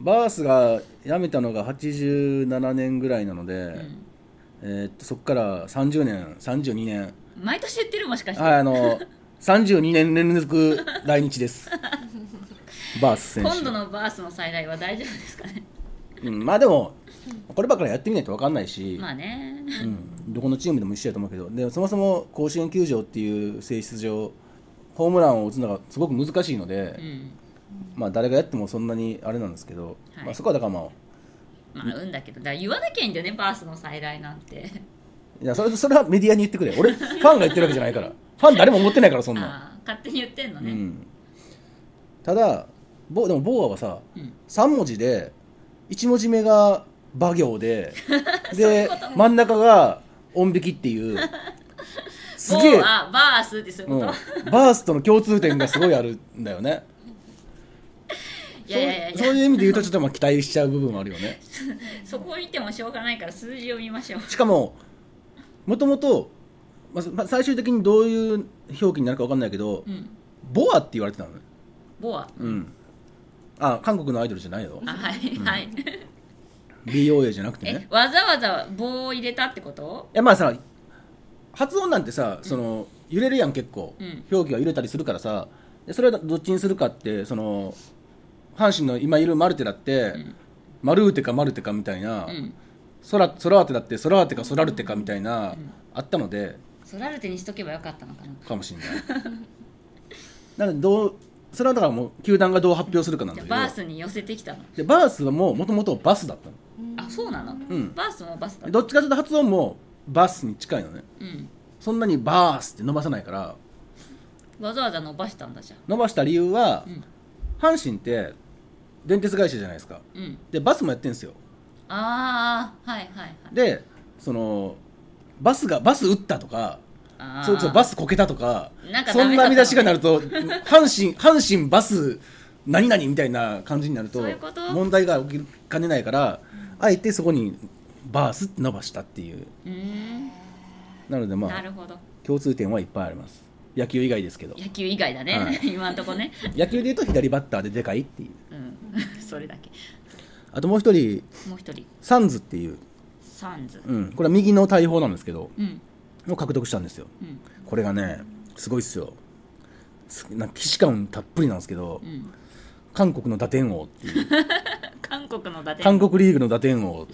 Speaker 4: バースが辞めたのが87年ぐらいなので、
Speaker 3: うん
Speaker 4: えーっとそこから30年32年
Speaker 3: 毎年言ってるもしかして、
Speaker 4: はいあの32年連続来日ですバース選手
Speaker 3: 今度のバースの再来は大丈夫ですかね
Speaker 4: うん、まあでもこればっかりやってみないと分かんないし、
Speaker 3: まあね
Speaker 4: うん、どこのチームでも一緒やと思うけどでそもそも甲子園球場っていう性質上ホームランを打つのがすごく難しいので、
Speaker 3: うん
Speaker 4: まあ誰がやってもそんなにあれなんですけど、
Speaker 3: はい
Speaker 4: まあそこはだからまあ
Speaker 3: まあ運だけどだから言わなきゃいいんだよねバースの再来なんて
Speaker 4: いやそれそれはメディアに言ってくれ俺ファンが言ってるわけじゃないからファン誰も思ってないからそんなん
Speaker 3: あ勝手に言ってんの
Speaker 4: う
Speaker 3: ね、
Speaker 4: ん、ただボでもボーアはさ
Speaker 3: うん
Speaker 4: 3文字で1文字目が馬
Speaker 3: (laughs)
Speaker 4: 行でで
Speaker 3: そういうこと
Speaker 4: 真ん中が音引きって
Speaker 3: (laughs)
Speaker 4: いうすげえ、う
Speaker 3: 某
Speaker 4: ん、
Speaker 3: はバースってそういうこと、
Speaker 4: バースとの共通点がすごいあるんだよね
Speaker 3: いやいやいやい
Speaker 4: そうそういう意味で言うとちょっとまあ期待しちゃう部分はあるよね
Speaker 3: やそこを見てもしょうがないから数字を見ましょう
Speaker 4: しかももともとまあまあ最終的にどういう表記になるか分かんないけど、
Speaker 3: うん
Speaker 4: ボアって言われてたのね
Speaker 3: ボア
Speaker 4: うんあ韓国のアイドルじゃないよ
Speaker 3: あはいはい
Speaker 4: BOA じゃなくてね
Speaker 3: えわざわざ棒を入れたってこと
Speaker 4: いやまあさ発音なんてさその揺れるやん結構、
Speaker 3: うん
Speaker 4: 表記が揺れたりするからさでそれはどっちにするかってその阪神の今いるマルテだって、
Speaker 3: ん
Speaker 4: マルーテかマルテかみたいな、
Speaker 3: うん
Speaker 4: ソラソラーテだってソラーテかソラルテかみたいな、あったので
Speaker 3: ソラルテにしとけばよかったのかな
Speaker 4: かもしれない (laughs) なのでどうそれはだからもう球団がどう発表するかなん
Speaker 3: じ
Speaker 4: だ
Speaker 3: ゃ
Speaker 4: け
Speaker 3: あ
Speaker 4: ど
Speaker 3: バースに寄せてきたの
Speaker 4: でバースはもうもともとバスだったの
Speaker 3: あそうなの、
Speaker 4: ん
Speaker 3: バースもバスだ
Speaker 4: どっちかというと発音もバスに近いのね
Speaker 3: うん
Speaker 4: そんなにバースって伸ばさないから
Speaker 3: わざわざ伸ばしたんだじゃん
Speaker 4: 伸ばした理由は、
Speaker 3: うん
Speaker 4: 阪神って電鉄会社じゃないですか
Speaker 3: うん
Speaker 4: でバスもやってるんですよ
Speaker 3: ああはいはいはい
Speaker 4: でそのバスがバス打ったとか
Speaker 3: あー
Speaker 4: そうそうバスこけたとか
Speaker 3: なんか
Speaker 4: そ
Speaker 3: ダ
Speaker 4: ん
Speaker 3: メだったの
Speaker 4: な見出しがなると阪神 (laughs) 阪神バス何々みたいな感じになると
Speaker 3: そういうこと
Speaker 4: 問題が起きかねないからあえてそこにバースって伸ばしたっていう
Speaker 3: うーん
Speaker 4: なのでま
Speaker 3: な
Speaker 4: あ
Speaker 3: るほど
Speaker 4: 共通点はいっぱいあります野球以外ですけど
Speaker 3: 野球以外だね、
Speaker 4: はい
Speaker 3: (laughs) 今んとこね
Speaker 4: 野球でいうと左バッターででかいっていう
Speaker 3: うん (laughs) それだけ
Speaker 4: あともう一人
Speaker 3: もう一人
Speaker 4: サンズっていう、
Speaker 3: サンズ
Speaker 4: うん、これは右の大砲なんですけど
Speaker 3: うん
Speaker 4: を獲得したんですよ
Speaker 3: うん
Speaker 4: これがねすごいっすよすなんか既視感たっぷりなんですけど
Speaker 3: うん
Speaker 4: 韓国の打点王っていう
Speaker 3: (laughs) 韓国の伊達
Speaker 4: 韓国リーグの打点王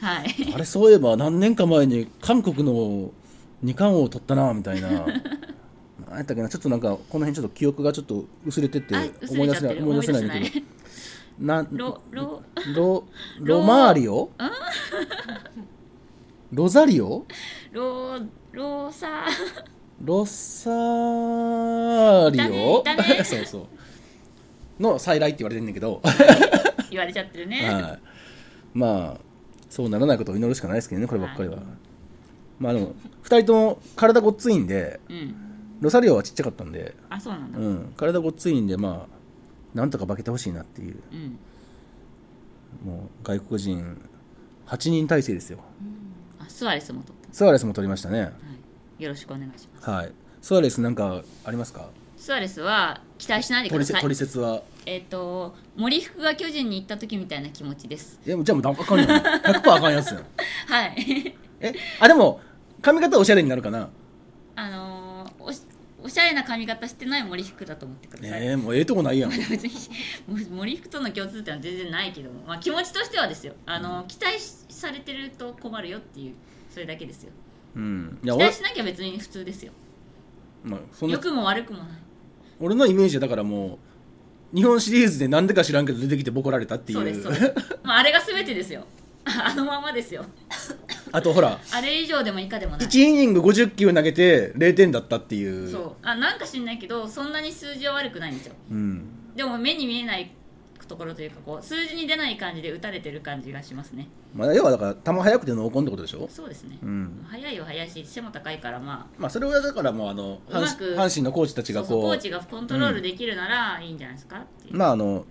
Speaker 3: はい
Speaker 4: あれそういえば何年か前に韓国の二冠王取ったなみたい
Speaker 3: (laughs)
Speaker 4: な何やったっけなちょっとなんかこの辺ちょっと記憶がちょっと薄れてて
Speaker 3: あ薄
Speaker 4: 思い
Speaker 3: れ
Speaker 4: 出
Speaker 3: ちゃっ
Speaker 4: せな
Speaker 3: て
Speaker 4: い
Speaker 3: る
Speaker 4: 思い出せないんだ
Speaker 3: 思い出
Speaker 4: け
Speaker 3: せ
Speaker 4: どな
Speaker 3: ロロ
Speaker 4: ロロマーリオロザリオ
Speaker 3: ローローサー
Speaker 4: ロサーリオ
Speaker 3: いたねいたね
Speaker 4: (laughs) そうそうの再来って言われてんだけど、
Speaker 3: (laughs) 言われちゃってるね、
Speaker 4: (laughs) はい、まあそうならないことを祈るしかないですけどねこればっかりは、
Speaker 3: はい
Speaker 4: まあでも2人とも体ごっついんで
Speaker 3: うん
Speaker 4: ロサリオはちっちゃかったんで、
Speaker 3: あそうなんだう、
Speaker 4: うんん、体ごっついんでまあなんとか化けてほしいなっていうもう外国人8人体制ですよ
Speaker 3: あスアレスも取っ
Speaker 4: スアレスも取りましたね
Speaker 3: た、はい、よろしくお願いします
Speaker 4: はいスアレスなんかありますか
Speaker 3: スアレスは期待しないでく
Speaker 4: 取
Speaker 3: だ
Speaker 4: り
Speaker 3: さい
Speaker 4: 取説は
Speaker 3: えっ、と森福が巨人に行った時みたいな気持ちです
Speaker 4: いやもうじゃあもうあかんやん100%あか
Speaker 3: (laughs)
Speaker 4: んやつやん
Speaker 3: はい
Speaker 4: えあでも髪型おしゃれになるかな
Speaker 3: (laughs) あのーおしおしゃれな髪型してない森福だと思ってください、
Speaker 4: えー、もうええとこないやん
Speaker 3: (laughs) 別にもう森福との共通点は全然ないけども、まあ、気持ちとしてはですよあのー期待しされてると困るよっていうそれだけですよ
Speaker 4: うんいや
Speaker 3: 期
Speaker 4: 俺
Speaker 3: 待,、しなきゃ別に普通ですよ
Speaker 4: まあ、そんな
Speaker 3: 良くも悪くもない
Speaker 4: 俺のイメージはだからもう日本シリーズでなんでか知らんけど出てきてボコられたってい
Speaker 3: そうで
Speaker 4: う
Speaker 3: すそうですまああれが全てですよあのままですよ
Speaker 4: (laughs) あとほら
Speaker 3: あれ以上でも以下でもない
Speaker 4: 1イニング50球投げて0点だったっていう
Speaker 3: そうあなんか知んないけどそんなに数字は悪くないんですよ
Speaker 4: うん、
Speaker 3: でも目に見えないところというかこう数字に出ない感じで打たれてる感じがしますね
Speaker 4: まあ、要はだから球速くて濃厚ってことでしょ、
Speaker 3: そうですね、
Speaker 4: うん
Speaker 3: 速いは速いし背も高いからまあ
Speaker 4: まあ、それはだからもうあの
Speaker 3: うまく
Speaker 4: 阪神阪神のコーチたち
Speaker 3: そ
Speaker 4: が
Speaker 3: うそう
Speaker 4: こ
Speaker 3: コ
Speaker 4: う
Speaker 3: ーチがコントロールできるならいいんじゃないですかっていう、
Speaker 4: まああの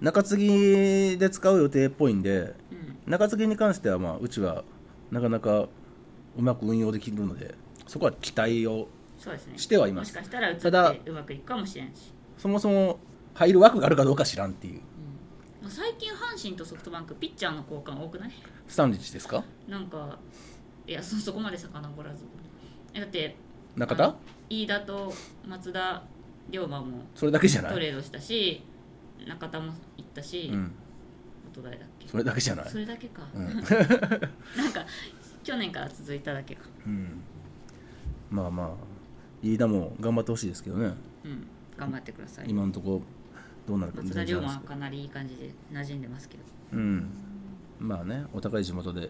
Speaker 4: 中継ぎで使う予定っぽいんで
Speaker 3: うん
Speaker 4: 中継ぎに関しては、まあ、うちはなかなかうまく運用できるのでそこは期待を
Speaker 3: そうですね
Speaker 4: してはいます
Speaker 3: もしかしたら打つ
Speaker 4: ただ
Speaker 3: ってうまくいくかもしれんし、
Speaker 4: そもそも入る枠があるかどうか知らんっていう
Speaker 3: うん、最近阪神とソフトバンクピッチャーの交換多くない
Speaker 4: スタンディッチですか
Speaker 3: なんかいやそそこまで遡らずえだって
Speaker 4: 中
Speaker 3: あ
Speaker 4: 田
Speaker 3: の飯田と松田龍馬も
Speaker 4: それだけじゃな
Speaker 3: ト
Speaker 4: い、
Speaker 3: レードしたし中田も行ったし、
Speaker 4: うん、
Speaker 3: おとだっけ
Speaker 4: それだけじゃない
Speaker 3: そ、れだけか、
Speaker 4: うん
Speaker 3: (laughs) なんか去年から続いただけか
Speaker 4: うん、まあまあ飯田も頑張ってほしいですけどね
Speaker 3: うん頑張ってください
Speaker 4: 今のところどうなるか
Speaker 3: 松田龍馬
Speaker 4: わ
Speaker 3: は
Speaker 4: かんな
Speaker 3: かな
Speaker 4: いです
Speaker 3: りいい感じで馴染んでますけど
Speaker 4: けどうんまあねお互い地元で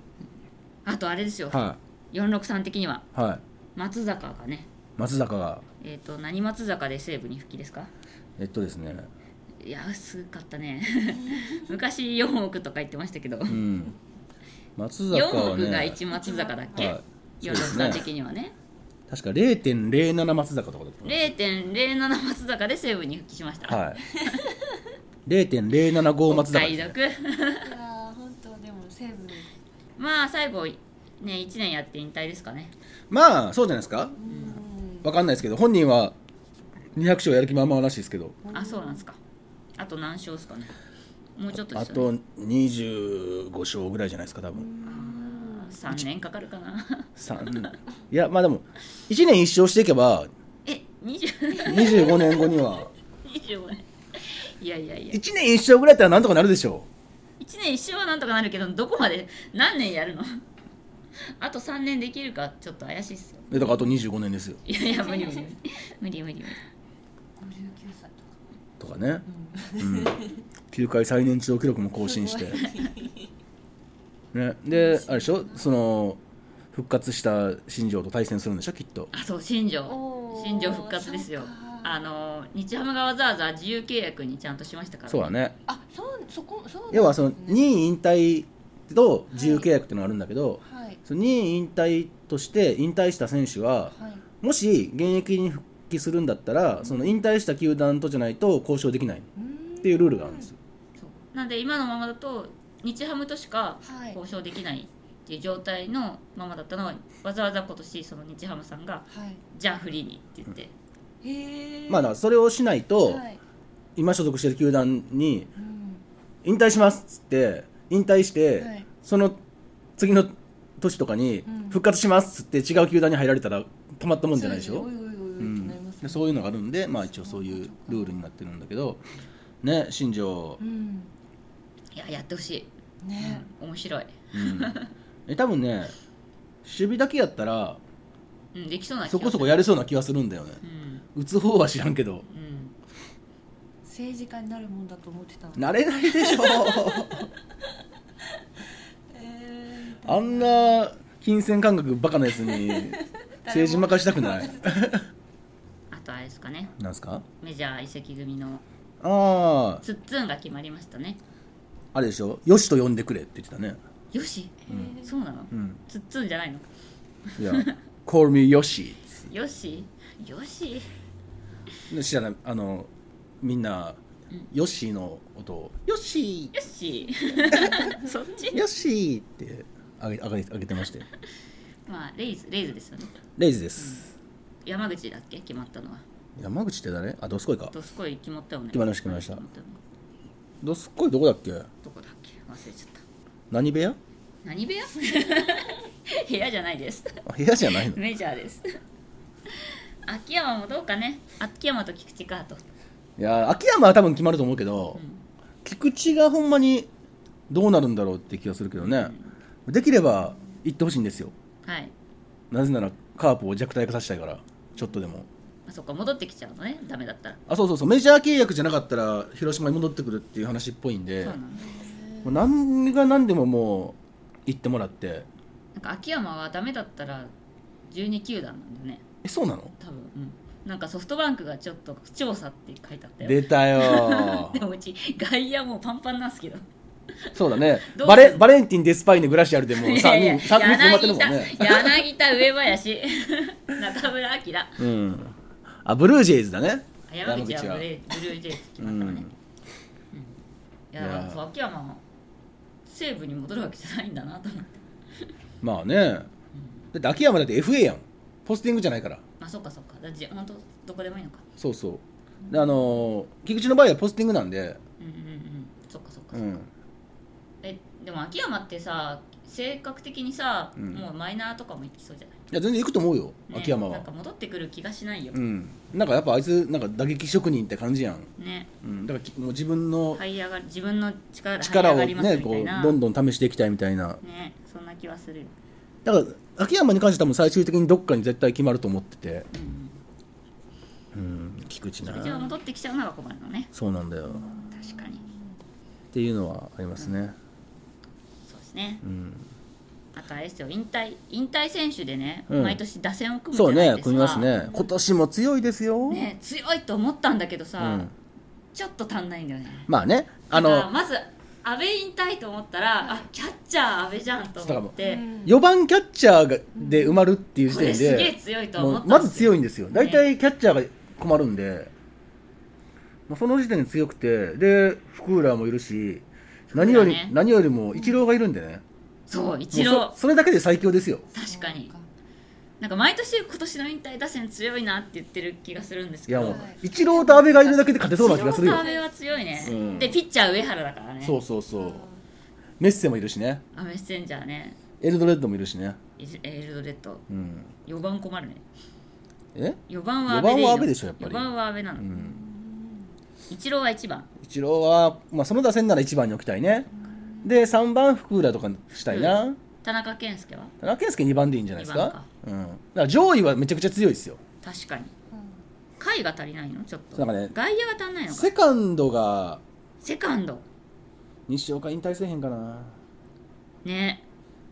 Speaker 3: あとあれですよ、
Speaker 4: は
Speaker 3: 463的にはい
Speaker 4: はい
Speaker 3: 松坂がね
Speaker 4: 松坂が
Speaker 3: えっ、と何松坂で西武に復帰ですか
Speaker 4: えっとですね、
Speaker 3: いや薄かったね昔4億とか言ってましたけど、
Speaker 4: うん、松
Speaker 3: 4
Speaker 4: 坂は
Speaker 3: 億が
Speaker 4: ね、
Speaker 3: 1松坂だっけ、
Speaker 4: はい
Speaker 3: ヨドさん的にはね
Speaker 4: 確か0.07松坂とかだったと思い
Speaker 3: 0.07松坂で西武に復帰しまし
Speaker 4: ます
Speaker 3: た、
Speaker 4: はい。0.075松坂
Speaker 3: 解
Speaker 4: ですね。
Speaker 3: 読
Speaker 1: いやー本当でもセブン
Speaker 3: (laughs) まあ最後ね1年やって引退ですかね
Speaker 4: まあ、そうじゃないですか
Speaker 1: うん
Speaker 4: わかんないですけど、本人は200勝やる気満々らしいですけど、
Speaker 3: あそうなんですかあと何勝ですかねもうちょっとで
Speaker 4: あ
Speaker 3: すよ、
Speaker 4: と
Speaker 3: ね、
Speaker 4: 25勝ぐらいじゃないですか、多分。
Speaker 3: あと3年かかるかな (laughs)
Speaker 4: 三いや、まあでも、1年1勝していけば、
Speaker 3: え二 20…
Speaker 4: 25年後には、
Speaker 3: 25年いやいやいや
Speaker 4: 1年1勝ぐらいだったらなんとかなるでしょ
Speaker 3: 1年一生はなんとかなるけどどこまで何年やるの (laughs) あと3年できるかちょっと怪しいっすよ
Speaker 4: う。えだからあと25年ですよ。
Speaker 3: いやいや無理無理無理無理無理無理
Speaker 1: 59歳とか
Speaker 4: とかね。うん。球界最年長記録も更新して。ね、で、あれでしょその、復活した新庄と対戦するんでしょきっと。
Speaker 3: あそう新庄
Speaker 1: おー
Speaker 3: 新庄復活ですよ
Speaker 1: そうか
Speaker 3: あの日ハムがわざわざ自由契約にちゃんとしましたから、
Speaker 4: そうだね。
Speaker 1: あそうそこそうなんですね
Speaker 4: 要はその、2位引退と自由契約っていうのがあるんだけど、
Speaker 1: はい
Speaker 4: その2位引退として引退した選手は、
Speaker 1: はい
Speaker 4: もし現役に復帰するんだったら、その引退した球団とじゃないと交渉できないっ
Speaker 1: って
Speaker 4: いうルールがあるんですよ。
Speaker 3: そうなんで今のままだと日ハムとしか
Speaker 1: はい
Speaker 3: 交渉できないっていう状態のままだったのはわざわざ今年その日ハムさんが
Speaker 1: はい
Speaker 3: じゃあフリーにって言って
Speaker 1: へえ
Speaker 4: まあだからそれをしないと、
Speaker 1: はい
Speaker 4: 今所属してる球団に
Speaker 1: うん
Speaker 4: 引退しますっつって引退して、
Speaker 1: はい
Speaker 4: その次の年とかに
Speaker 1: ん
Speaker 4: 復活しますっつって違う球団に入られたらたまったもんじゃないでし
Speaker 1: そ
Speaker 4: ょ
Speaker 1: うすねおいおいおいおいっ
Speaker 4: う
Speaker 1: て
Speaker 4: ん
Speaker 1: なります
Speaker 4: で
Speaker 1: ね
Speaker 4: そういうのがあるんで、まあ、一応そういうルールになってるんだけど、ね、新庄
Speaker 1: う、ん
Speaker 3: いややってほしい、
Speaker 1: ね
Speaker 3: うん面白い、
Speaker 4: うん、え多分ね守備だけやったら
Speaker 3: うん、できそうな気がす
Speaker 4: そ
Speaker 3: る
Speaker 4: こそこやれそうな気はするんだよね
Speaker 3: うん
Speaker 4: 打つ方は知らんけ
Speaker 3: う
Speaker 4: ど
Speaker 3: ん
Speaker 1: 政治家になるもんだと思ってたの
Speaker 4: 慣れないで
Speaker 1: (laughs)
Speaker 4: しょ
Speaker 1: えー
Speaker 4: あんな金銭感覚バカなや
Speaker 1: (laughs)
Speaker 4: つに政治任したくない
Speaker 3: あとあれですかね
Speaker 4: なんすか
Speaker 3: メジャー移籍組の
Speaker 4: ああ
Speaker 3: ツッツンが決まりましたね
Speaker 4: あれでしょよしと呼んでくれって言ってたね
Speaker 3: よし、
Speaker 4: ん
Speaker 3: そうなの、
Speaker 4: うん
Speaker 3: ツッツンじゃないの
Speaker 4: いや Call me よし
Speaker 3: よしよし
Speaker 4: 知らないあのみんなヨッシーの音を「ヨッシ
Speaker 3: よしそっち
Speaker 4: ーヨッシー!」ってあげあげあげてまして
Speaker 3: まあレイズレイズですよね
Speaker 4: レイズです、
Speaker 3: 山口だっけ決まったのは
Speaker 4: 山口って誰あどすこいか
Speaker 3: どすこい決まったよね
Speaker 4: 決まりました決まりました
Speaker 3: 決よね
Speaker 4: どすこいどこだっけ
Speaker 3: どこだっけ忘れちゃった
Speaker 4: 何部屋
Speaker 3: 何部
Speaker 4: (laughs)
Speaker 3: 屋部屋じゃないです
Speaker 4: あ部屋じゃない (laughs) の
Speaker 3: メジャーです秋山もどうかね秋山と菊池かと、
Speaker 4: いや秋山は多分決まると思うけど、
Speaker 3: うん
Speaker 4: 菊池がほんまにどうなるんだろうって気がするけどね、できれば行ってほしいんですよ
Speaker 3: はい
Speaker 4: なぜならカープを弱体化させたいからちょっとでも
Speaker 3: あそっか戻ってきちゃうのねダメだったら
Speaker 4: あそうそうそうメジャー契約じゃなかったら広島に戻ってくるっていう話っぽいん
Speaker 3: そう
Speaker 4: で
Speaker 3: なの
Speaker 4: もう何が何でももう行ってもらって
Speaker 3: なんか秋山はダメだったら12球団なんだよね
Speaker 4: えそうなの
Speaker 3: 多分うんなんかソフトバンクがちょっと調査って書いてあったよ
Speaker 4: 出たよ
Speaker 3: (laughs) で
Speaker 4: ー
Speaker 3: もうち外野もうパンパンなんすけど
Speaker 4: そうだね
Speaker 3: どう
Speaker 4: バレバレンティン・デスパイネ・グラシアルでもう3人
Speaker 3: いやいや
Speaker 4: 3人詰まってるもんね
Speaker 3: 柳田柳田上
Speaker 4: (laughs)
Speaker 3: 林中村晃
Speaker 4: うんあブルージェイズだね
Speaker 3: 山口はブレブルージェイズ決
Speaker 4: う
Speaker 3: まったわね、
Speaker 4: ん
Speaker 3: いやだから
Speaker 4: いや
Speaker 3: そう秋山は西武に戻るわけじゃないんだなと思って
Speaker 4: まあねだって秋山だって FA やんポスティングじゃないから
Speaker 3: まあそっかそっかだじ本当どこでもいいのか
Speaker 4: そうそうであのー菊池の場合はポスティングなんで
Speaker 3: うんうんうんそっかそっか、
Speaker 4: うん
Speaker 3: えでも秋山ってさ性格的にさ、
Speaker 4: うん
Speaker 3: もうマイナーとかも行きそうじゃない、
Speaker 4: いや全然行くと思うよ
Speaker 3: ね
Speaker 4: 秋山
Speaker 3: な
Speaker 4: は
Speaker 3: んか戻ってくる気がしないよ、
Speaker 4: うんなんかやっぱあいつなんか打撃職人って感じやん、
Speaker 3: ね
Speaker 4: うん、だからきもう自分の
Speaker 3: 這い上が自分の力這い
Speaker 4: 力
Speaker 3: 上
Speaker 4: を
Speaker 3: がります
Speaker 4: ね
Speaker 3: み
Speaker 4: こ
Speaker 3: たいうな
Speaker 4: どんどん試していきたいみたいな
Speaker 3: ねそんな気はするよ、
Speaker 4: だから秋山に関しては多分最終的にどっかに絶対決まると思ってて
Speaker 3: うん、
Speaker 4: うん菊池
Speaker 3: 一応
Speaker 4: な
Speaker 3: 戻ってきちゃうのが困るのね
Speaker 4: そうなんだよっ
Speaker 3: 確かに
Speaker 4: ていうのはありますね
Speaker 3: そうですね
Speaker 4: うん
Speaker 3: あ高いですよ引退引退選手でね、
Speaker 4: うん
Speaker 3: 毎年打線を組む
Speaker 4: そう
Speaker 3: じゃない
Speaker 4: ね
Speaker 3: で、すか
Speaker 4: 組みますね。今年も強いですよ。
Speaker 3: ね強いと思ったんだけど
Speaker 4: う
Speaker 3: さ、
Speaker 4: ん。
Speaker 3: ちょっと足んないんだよね
Speaker 4: まあね、あ
Speaker 3: だから
Speaker 4: の、
Speaker 3: まず阿部引退と思ったらあキャッチャー阿部じゃんと思って
Speaker 4: 4番キャッチャーがで埋まるっていう時
Speaker 3: これ
Speaker 4: 点
Speaker 3: すげえ
Speaker 4: で、
Speaker 3: 強いと
Speaker 4: も
Speaker 3: 思った
Speaker 4: うまず強
Speaker 3: い
Speaker 4: いんですよ。大体キャッチャーが困るんで、まあその時点で強くて、で、福浦もいるし、何より
Speaker 3: 福浦ね、
Speaker 4: 何よりもイチローがいるんでね。
Speaker 3: そう一
Speaker 4: もう
Speaker 3: 郎
Speaker 4: そそれだけで最強ですよ。
Speaker 3: 確かになんか毎年今年の引退打線強いなって言ってる気がするんです
Speaker 4: い
Speaker 3: けど
Speaker 4: やもう
Speaker 1: は、
Speaker 4: イチローと阿部がいるだけで勝てそうな気がするよ
Speaker 3: 一郎。と阿部は強いね、
Speaker 4: うん
Speaker 3: でピッチャー上原だからね
Speaker 4: そうそうそう。メッセもいるしね。
Speaker 3: アメッセンジャーね
Speaker 4: エルドレッドもいるしね。
Speaker 3: イジエルドレッド
Speaker 4: うん。
Speaker 3: 4番困るね
Speaker 4: え
Speaker 3: 4番は阿部いいの
Speaker 4: 四番は阿部でしょやっぱ
Speaker 3: 四
Speaker 4: り
Speaker 3: 番は阿部なの、
Speaker 4: うん。
Speaker 3: 一郎は1番
Speaker 4: イチローは、まあ、その打線なら1番に置きたいね。で、3番、福浦とかにしたいな。
Speaker 3: 田中健介は
Speaker 4: 田中健介2番でいいんじゃないです
Speaker 3: 二番
Speaker 4: か
Speaker 3: か。
Speaker 4: うん。だから上位はめちゃくちゃ強いですよ。
Speaker 3: 確かに回が足りないのちょっと
Speaker 4: なんかね
Speaker 3: 外野が足んないのか
Speaker 4: セカンドが、
Speaker 3: セカンド
Speaker 4: 西岡引退せえへんかな。
Speaker 3: ね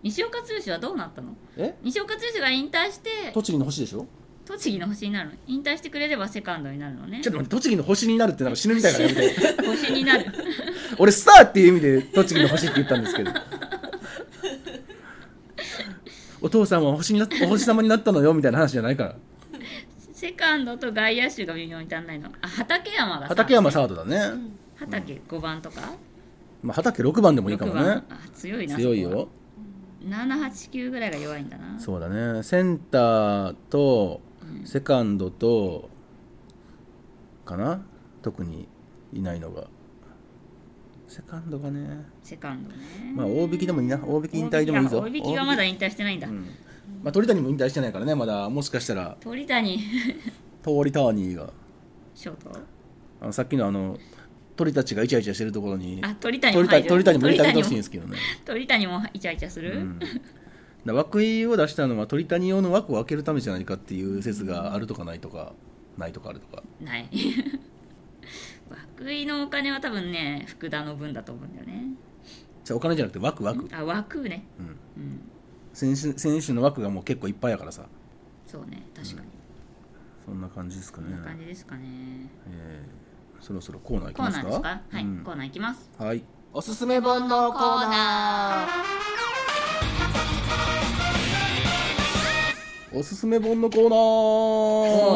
Speaker 3: 西岡剛はどうなったの
Speaker 4: え
Speaker 3: 西岡剛が引退して
Speaker 4: 栃木の星でしょ
Speaker 3: 栃木の星になるの引退してくれればセカンドになるのね
Speaker 4: ちょっと待って、栃木の星になるってなんか死ぬみたいからやめて。
Speaker 3: 星になる
Speaker 4: (laughs)
Speaker 3: (laughs)
Speaker 4: 俺、スターっていう意味で栃木の星って言ったんですけど。 (laughs) お父さんは星になっお星様になったのよみたいな話じゃないから。
Speaker 3: セカンドと外野手が微妙に足んないのあ畠山がさ
Speaker 4: 畠山サードだね。
Speaker 3: 畠5番とか
Speaker 4: まあ、畠6番でもいいか
Speaker 3: 6
Speaker 4: もね
Speaker 3: 番。あ強いな
Speaker 4: 強い
Speaker 3: そこは
Speaker 4: よ。
Speaker 3: 789ぐらいが弱いんだな
Speaker 4: そうだねセンターとセカンドと、かな特にいないのがセカンドがね
Speaker 3: セカンドね
Speaker 4: まあ大引きでもいいな大引き引退でもいいぞ
Speaker 3: 大引きがまだ引退してないんだ、
Speaker 4: 大引きうんまあ鳥谷も引退してないからねまだもしかしたら
Speaker 3: 鳥谷 (laughs)
Speaker 4: 通りターニーが
Speaker 3: ショート
Speaker 4: あのさっきのあの鳥たちがイチャイチャしてるところに
Speaker 3: あ鳥谷も入
Speaker 4: 鳥谷
Speaker 3: る
Speaker 4: 鳥谷も入れてあげてほしいんで
Speaker 3: 鳥
Speaker 4: すけどね、
Speaker 3: 谷も鳥谷もイチャイチャする、
Speaker 4: うん、だから枠井を出したのは鳥谷用の枠を開けるためじゃないかっていう説があるとかないとかないとかあるとか
Speaker 3: ない (laughs) 涌井のお金は多分ね福田の分だと思うんだよね
Speaker 4: じゃあお金じゃなくて枠枠、
Speaker 3: あ枠ね
Speaker 4: う
Speaker 3: う
Speaker 4: ん、
Speaker 3: ん
Speaker 4: 選手選手の枠がもう結構いっぱいやからさ
Speaker 3: そうね確かに、
Speaker 4: そんな感じですかね
Speaker 3: こんな感じですかね
Speaker 4: えーそろそろコーナーいき
Speaker 3: コー
Speaker 4: ます
Speaker 3: ナ
Speaker 4: か
Speaker 3: ーですかはい、
Speaker 4: うん
Speaker 3: コーナーいきます
Speaker 4: はいおすすめ本のコーナーおすすめ本のコー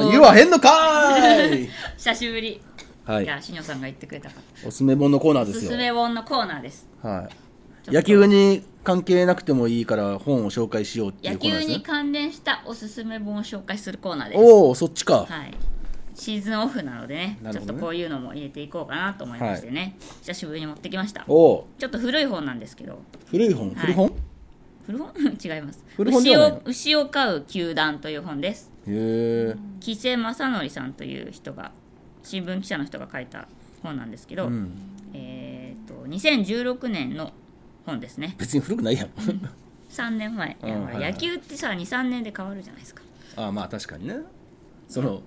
Speaker 4: ナー言わへんのかー
Speaker 3: (laughs)
Speaker 4: い
Speaker 3: 久しぶり、、
Speaker 4: はいい
Speaker 3: やしにょさんが言ってくれたから
Speaker 4: おすすめ本のコーナー
Speaker 3: お
Speaker 4: ですすよ
Speaker 3: すめ本のコーナーです
Speaker 4: はい野球に関係なくてもいいから本を紹介しようってい
Speaker 3: 野
Speaker 4: うコーナー
Speaker 3: 球
Speaker 4: です
Speaker 3: に
Speaker 4: ね
Speaker 3: 関連したおすすめ本を紹介するコーナーです
Speaker 4: おおそっちか、
Speaker 3: はい、シーズンオフなのでね
Speaker 4: な
Speaker 3: ち
Speaker 4: る
Speaker 3: ょっ
Speaker 4: ほどね
Speaker 3: とこういうのも入れていこうかなと思いましてね、久しぶりに持ってきました
Speaker 4: おお
Speaker 3: ちょっと古い本なんですけど
Speaker 4: 古い本
Speaker 3: い
Speaker 4: 古本、
Speaker 3: 古本 (laughs) 違います
Speaker 4: 古本ではないの
Speaker 3: 牛を牛を飼う球団という本です
Speaker 4: へえ
Speaker 3: 木瀬正則さんという人が新聞記者の人が書いた本なんですけど、
Speaker 4: うん、
Speaker 3: えっ、と2016年の本ですね
Speaker 4: 別に古くないやん
Speaker 3: 3年前、
Speaker 4: うんはいはい
Speaker 3: 野球ってさ23年で変わるじゃないですか、
Speaker 4: ああまあ確かにねその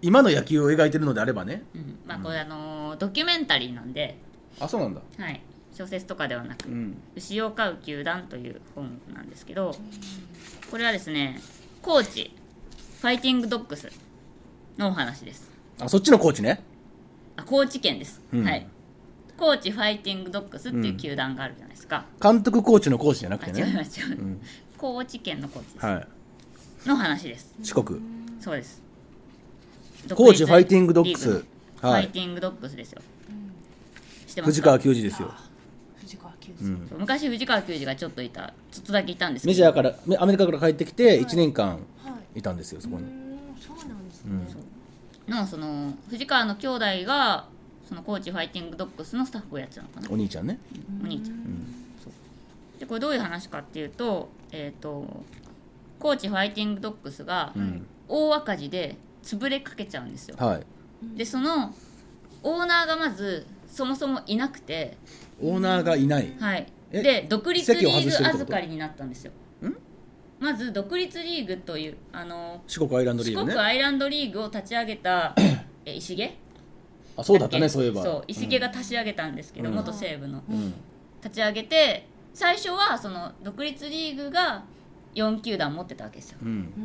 Speaker 4: 今の野球を描いてるのであればね
Speaker 3: うん、まあこれあのードキュメンタリーなんで、
Speaker 4: あそうなんだ
Speaker 3: はい、小説とかではなく
Speaker 4: うん
Speaker 3: 牛を飼う球団という本なんですけどこれはですねコーチファイティングドッグスのお話です
Speaker 4: あそっちのコーチね
Speaker 3: あ高知県です、
Speaker 4: うん
Speaker 3: はいコーチファイティングドッグスっていう球団があるじゃないですか、
Speaker 4: 監督コーチのコーチじゃなく
Speaker 3: あ
Speaker 4: て
Speaker 3: 違う違う
Speaker 4: ね、
Speaker 3: 違う、
Speaker 4: うん、
Speaker 3: 高知県のコーチです、
Speaker 4: は
Speaker 3: の話です
Speaker 4: い四国
Speaker 3: そうです
Speaker 4: コーチファイティングドッグス
Speaker 3: 独立リーグの
Speaker 4: は
Speaker 3: ファイ
Speaker 4: い
Speaker 3: ティングドッグスですよ知ってます
Speaker 4: 藤
Speaker 3: か
Speaker 4: 川球児ですよ、
Speaker 1: 藤川球
Speaker 4: う
Speaker 1: 児
Speaker 4: ん、
Speaker 3: そう昔藤川球児がちょっといたちょっとだけいたんですけど
Speaker 4: メジャーからめアメリカから帰ってきて1年間
Speaker 1: はい
Speaker 4: いたんですよそこに
Speaker 1: うんそうなんですね
Speaker 4: うん
Speaker 3: のその藤川の兄弟がそのコーチファイティングドッグスのスタッフをやってたのかな
Speaker 4: お兄ちゃんね
Speaker 3: お兄ちゃんでこれどういう話かっていうと,、えー、とコーチファイティングドッグスが
Speaker 4: うん
Speaker 3: 大赤字で潰れかけちゃうんですよ
Speaker 4: はい
Speaker 3: でそのオーナーがまずそもそもいなくて
Speaker 4: オーナーがいない
Speaker 3: はい
Speaker 4: え
Speaker 3: で独立リ
Speaker 4: 席を外して
Speaker 3: ーグ
Speaker 4: るってこと
Speaker 3: 預かりになったんですよまず独立リーグというあの
Speaker 4: 四国アイランドリ
Speaker 3: 四
Speaker 4: ーグ
Speaker 3: 国
Speaker 4: ね
Speaker 3: アイランドリーグを立ち上げ
Speaker 4: (clears throat)
Speaker 3: たえ石毛
Speaker 4: あそうだった
Speaker 3: だ
Speaker 4: ね
Speaker 3: っけ
Speaker 4: そういえば
Speaker 3: そう石毛が立ち上げたんですけど、
Speaker 4: うん
Speaker 3: 元西武の
Speaker 4: うん
Speaker 3: 立ち上げて最初はその独立リーグが4球団持ってたわけですよ
Speaker 4: うん
Speaker 1: うー